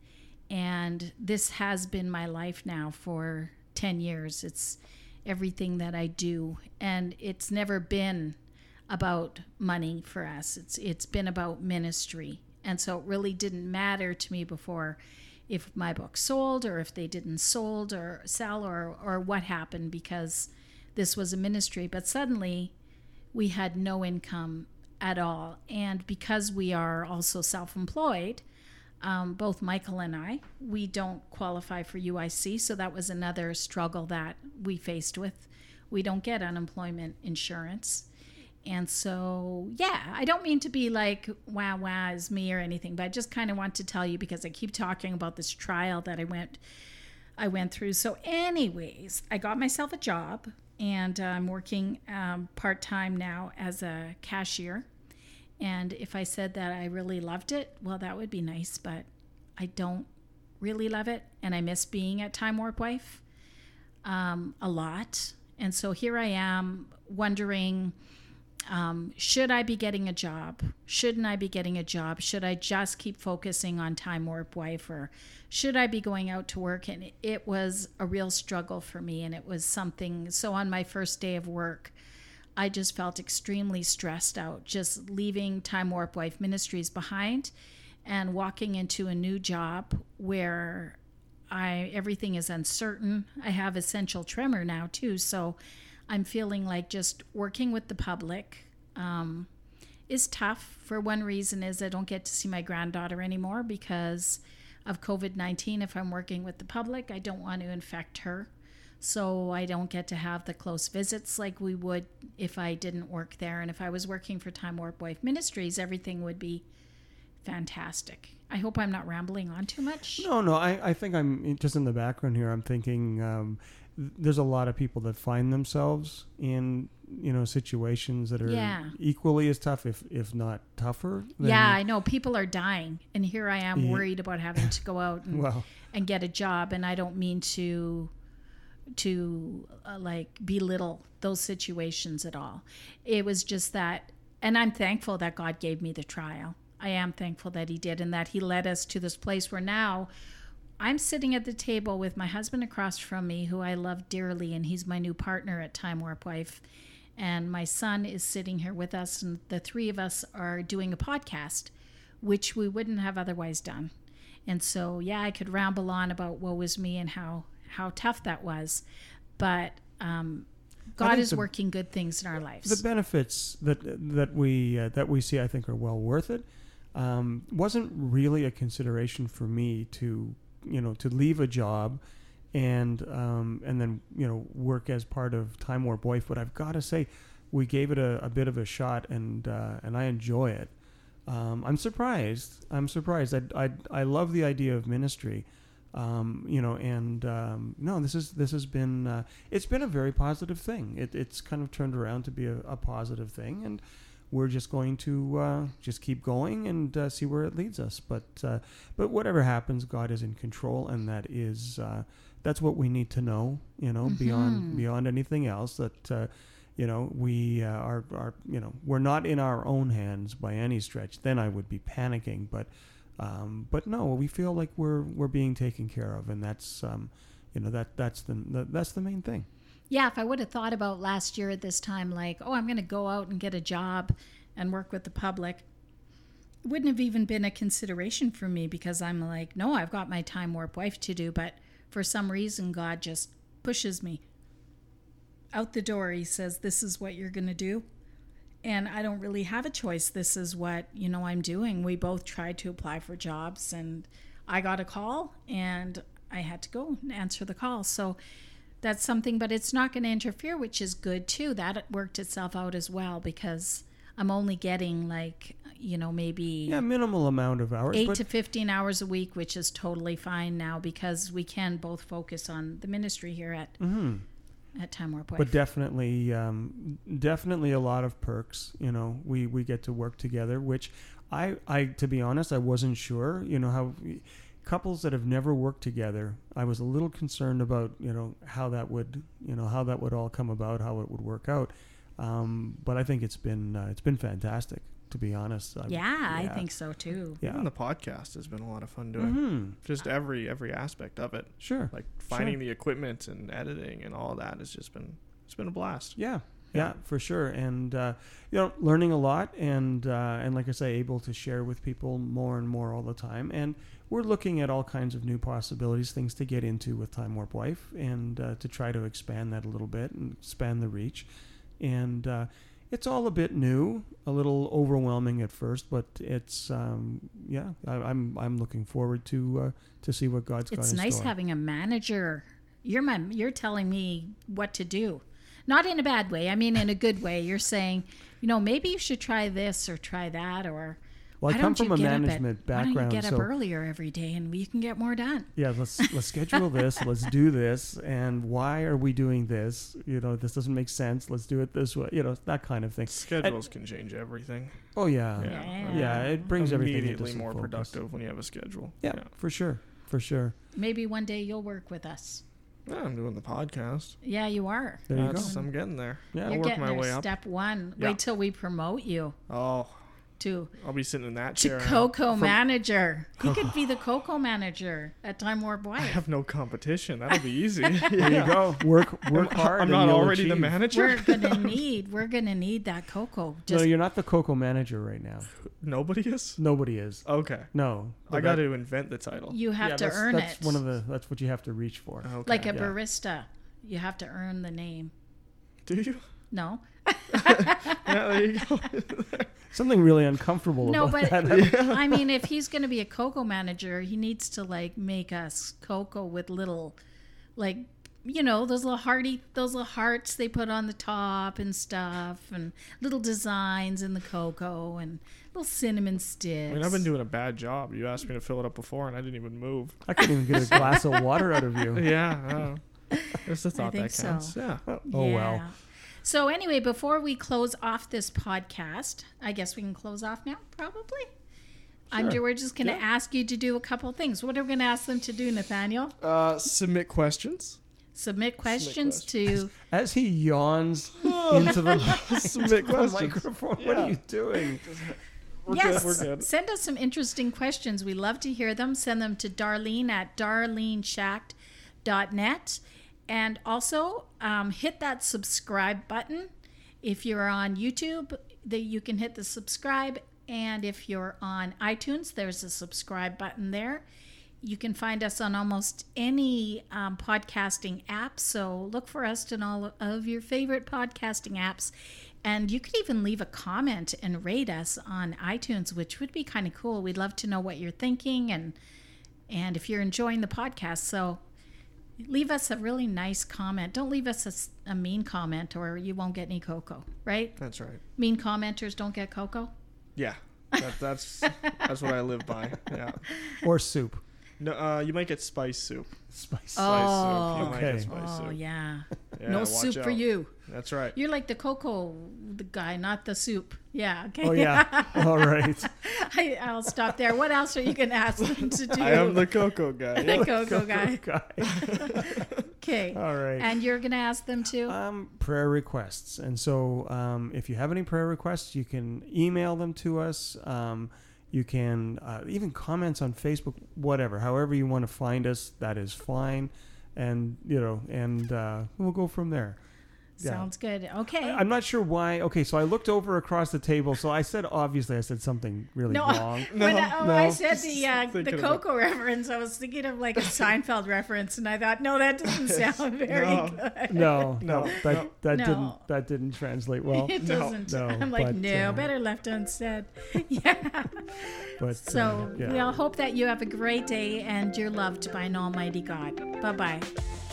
S1: And this has been my life now for 10 years. It's everything that I do. And it's never been about money for us, it's, it's been about ministry. And so it really didn't matter to me before if my book sold or if they didn't sold or sell or, or what happened because this was a ministry. But suddenly, we had no income at all. And because we are also self employed, um, both Michael and I, we don't qualify for UIC. So that was another struggle that we faced with. We don't get unemployment insurance. And so, yeah, I don't mean to be like, wow, wow, is me or anything, but I just kind of want to tell you because I keep talking about this trial that I went I went through. So, anyways, I got myself a job and uh, I'm working um, part time now as a cashier. And if I said that I really loved it, well, that would be nice, but I don't really love it. And I miss being at Time Warp Wife um, a lot. And so here I am wondering um, should I be getting a job? Shouldn't I be getting a job? Should I just keep focusing on Time Warp Wife or should I be going out to work? And it was a real struggle for me. And it was something. So on my first day of work, I just felt extremely stressed out, just leaving Time Warp Wife Ministries behind and walking into a new job where I everything is uncertain. I have essential tremor now too, so I'm feeling like just working with the public um, is tough. For one reason is I don't get to see my granddaughter anymore because of COVID nineteen. If I'm working with the public, I don't want to infect her, so I don't get to have the close visits like we would if I didn't work there. And if I was working for Time Warp Wife Ministries, everything would be fantastic. I hope I'm not rambling on too much.
S2: No, no. I, I think I'm just in the background here. I'm thinking um, th- there's a lot of people that find themselves in you know situations that are
S1: Yeah.
S2: equally as tough, if if not tougher. than-
S1: Yeah, I know. People are dying. And here I am
S2: Yeah.
S1: worried about having to go out and,
S2: Well,
S1: and get a job. And I don't mean to to uh, like belittle those situations at all. It was just that and I'm thankful that God gave me the trial. I am thankful that he did and that he led us to this place where now I'm sitting at the table with my husband across from me who I love dearly and he's my new partner at Time Warp Wife and my son is sitting here with us and the three of us are doing a podcast which we wouldn't have otherwise done and so yeah i could ramble on about woe is me and how how tough that was but um god
S2: think
S1: is
S2: the-
S1: working good things in our
S2: the
S1: lives
S2: benefits that that we uh, that we see, I think, are well worth it. Um, wasn't really a consideration for me to you know to leave a job and um, and then you know work as part of Time Warp Wife. But I've got to say, we gave it a, a bit of a shot, and uh, and I enjoy it. Um, I'm surprised. I'm surprised. I, I I love the idea of ministry. Um, you know, and um, no, this is this has been uh, it's been a very positive thing. It, it's kind of turned around to be a, a positive thing, and we're just going to uh, just keep going and uh, see where it leads us. But uh, but whatever happens, God is in control, and that is uh, that's what we need to know. You know, beyond
S1: Mhm.
S2: beyond anything else, that uh, you know we uh, are are you know we're not in our own hands by any stretch. Then I would be panicking, but. Um, but no, we feel like we're we're being taken care of, and that's um, you know that that's the, the that's the main thing.
S1: Yeah, if I would have thought about last year at this time, like, oh, I'm going to go out and get a job and work with the public, it wouldn't have even been a consideration for me because I'm like, no, I've got my time warp wife to do. But for some reason, God just pushes me out the door. He says, this is what you're going to do. And I don't really have a choice. This is what, you know, I'm doing. We both tried to apply for jobs and I got a call and I had to go and answer the call. So, that's something, but it's not going to interfere, which is good too. That worked itself out as well because I'm only getting like, you know, maybe
S2: Yeah, minimal amount of hours,
S1: eight
S2: but
S1: to 15 hours a week, which is totally fine now because we can both focus on the ministry here at,
S2: Mhm.
S1: at Time Warp Wife.
S2: but definitely um, definitely a lot of perks you know we we get to work together which i i to be honest i wasn't sure you know how couples that have never worked together i was a little concerned about you know how that would you know how that would all come about how it would work out um, but i think it's been uh, it's been fantastic to be honest I,
S1: yeah, I think so too.
S2: yeah
S3: Even the podcast has been a lot of fun doing.
S2: hmm
S3: Just every every aspect of it,
S2: sure
S3: like finding the equipment and editing and all that has just been it's been a blast.
S2: Yeah, yeah, for sure. And uh, you know, learning a lot, and uh, and like I say, able to share with people more and more all the time. And we're looking at all kinds of new possibilities, things to get into with Time Warp Wife, and uh, to try to expand that a little bit and expand the reach. And uh, it's all a bit new, a little overwhelming at first, but it's um, yeah, I, I'm I'm looking forward to uh, to see what God's got
S1: It's
S2: in
S1: nice
S2: store.
S1: having a manager. You're my you're telling me what to do. Not in a bad way. I mean in a good way. You're saying, you know, maybe you should try this or try that or
S2: well, I
S1: why
S2: come
S1: don't
S2: from
S1: you get
S2: a
S1: up at-
S2: management background,
S1: Why don't you get
S2: so
S1: up earlier every day and you can get more done?
S2: yeah let's let's schedule this let's do this and why are we doing this you know this doesn't make sense let's do it this way you know that kind of thing
S3: Schedules can change everything.
S2: oh yeah yeah,
S3: Yeah.
S1: Yeah.
S2: it brings everything into
S3: Immediately
S2: some
S3: more
S2: focus.
S3: productive when you have a schedule.
S2: yeah, for sure for sure
S1: Maybe one day you'll work with us.
S3: yeah. Yeah, I'm doing the podcast.
S1: Yeah, you are.
S2: there you go
S3: That's- I'm getting there.
S2: yeah
S3: I'll
S1: You're
S3: work
S1: getting
S3: my
S1: there.
S3: way up.
S1: Step one.
S3: Yeah.
S1: Wait till we promote you
S3: Oh,
S1: to
S3: I'll be sitting in that
S1: to
S3: chair.
S1: Coco
S3: From-
S1: manager. You
S2: [laughs]
S1: could be the Coco manager at Time Warp
S3: I
S1: Wife.
S3: have no competition. That'll
S1: [laughs]
S3: be easy. there
S2: there you go
S3: [laughs]
S2: work work hard
S3: I'm
S2: and
S3: not
S2: you'll
S3: already the
S2: achieve.
S1: We're
S3: manager.
S2: [laughs]
S1: gonna need we're gonna need that Coco.
S2: no
S1: Just
S2: you're not the coco manager right now
S3: [laughs] Nobody is.
S2: nobody is
S3: Okay,
S2: no
S3: I
S2: But
S3: got
S2: that-
S3: to invent the title.
S1: you have
S2: yeah,
S1: to
S2: that's,
S1: earn
S2: that's
S1: it.
S2: one of the that's what you have to reach for
S3: Okay.
S1: like a
S2: yeah.
S1: barista. You have to earn the name.
S3: do you?
S1: [laughs] No.
S3: Yeah, there you go. [laughs]
S2: something really uncomfortable
S1: No,
S2: about
S1: but
S2: [laughs] that
S1: [laughs] I mean, if he's going to be a cocoa manager, he needs to like make us cocoa with little, like you know, those little hearty, those little hearts they put on the top and stuff, and little designs in the cocoa and little cinnamon
S3: I
S1: sticks.
S3: mean, I've been doing a bad job. You asked me to fill it up before, and I didn't even move.
S2: i couldn't even get a glass of water out of you
S3: Yeah, I don't know. there's the thought
S1: think
S3: that
S1: so.
S3: counts. Yeah,
S2: oh well
S1: Yeah. So anyway, before we close off this podcast, I guess we can close off now, probably. I'm,
S2: Sure.
S1: we're just going to
S3: Yeah.
S1: ask you to do a couple things. What are we going to ask them to do, Nathaniel?
S3: Uh, submit [laughs] questions.
S1: Submit questions to.
S2: As he yawns into the,
S3: submit
S2: the
S3: questions.
S2: microphone, what
S3: Yeah.
S2: are you doing?
S3: We're
S1: yes,
S3: good. We're good.
S1: send us some interesting questions. We love to hear them. Send them to Darlene at darleneschacht.net. And also um, hit that subscribe button. If you're on YouTube, that you can hit the subscribe. And if you're on iTunes, there's a subscribe button there. You can find us on almost any um, podcasting app. So look for us in all of your favorite podcasting apps. And you could even leave a comment and rate us on iTunes, which would be kind of cool. We'd love to know what you're thinking and and if you're enjoying the podcast. So leave us a really nice comment. Don't leave us a s- a, mean comment or you won't get any cocoa, right?
S3: That's right.
S1: Mean commenters don't get cocoa.
S3: Yeah, that, that's that's what I live by. Yeah.
S2: Or soup.
S3: No, uh, you might get spice soup.
S2: Spice.
S1: Oh.
S3: Spice soup. You might
S2: Okay.
S3: get spice
S1: Oh,
S3: soup.
S1: yeah.
S3: [laughs] Yeah,
S1: no
S3: watch
S1: soup for
S3: out.
S1: you.
S3: That's right.
S1: You're like the cocoa the guy, not the soup. Yeah. Okay.
S2: Oh yeah. All right.
S1: [laughs] I, I'll stop there. What else are you going to ask them to do?
S3: I am the cocoa guy.
S1: [laughs] The cocoa
S2: [laughs]
S1: guy.
S2: Guy.
S1: Okay.
S2: All right.
S1: And you're going to ask them to?
S2: Um, prayer requests. And so, um, if you have any prayer requests, you can email them to us. Um, you can uh, even comments on Facebook, whatever. However you want to find us, that is fine. And you know, and uh, we'll go from there. yeah.
S1: Sounds good. Okay.
S2: I, I'm not sure why. Okay, so I looked over across the table. So I said, obviously, I said something really
S1: No.
S2: wrong.
S1: when
S3: No,
S1: I, oh, I
S2: no.
S1: said the uh,
S3: Thinking
S1: the
S3: of it.
S1: cocoa reference, I was thinking of like a Seinfeld reference, and I thought, no, that doesn't sound very
S3: No.
S1: good.
S2: No,
S3: No,
S2: no, that
S3: no.
S2: that
S1: No.
S2: didn't that didn't translate well.
S1: [laughs] it
S3: no,
S1: doesn't.
S2: no,
S1: I'm like,
S2: but,
S1: no,
S2: uh,
S1: better left unsaid. [laughs] yeah.
S2: But
S1: So
S2: uh, yeah.
S1: we all hope that you have a great day and you're loved by an almighty God. Bye bye.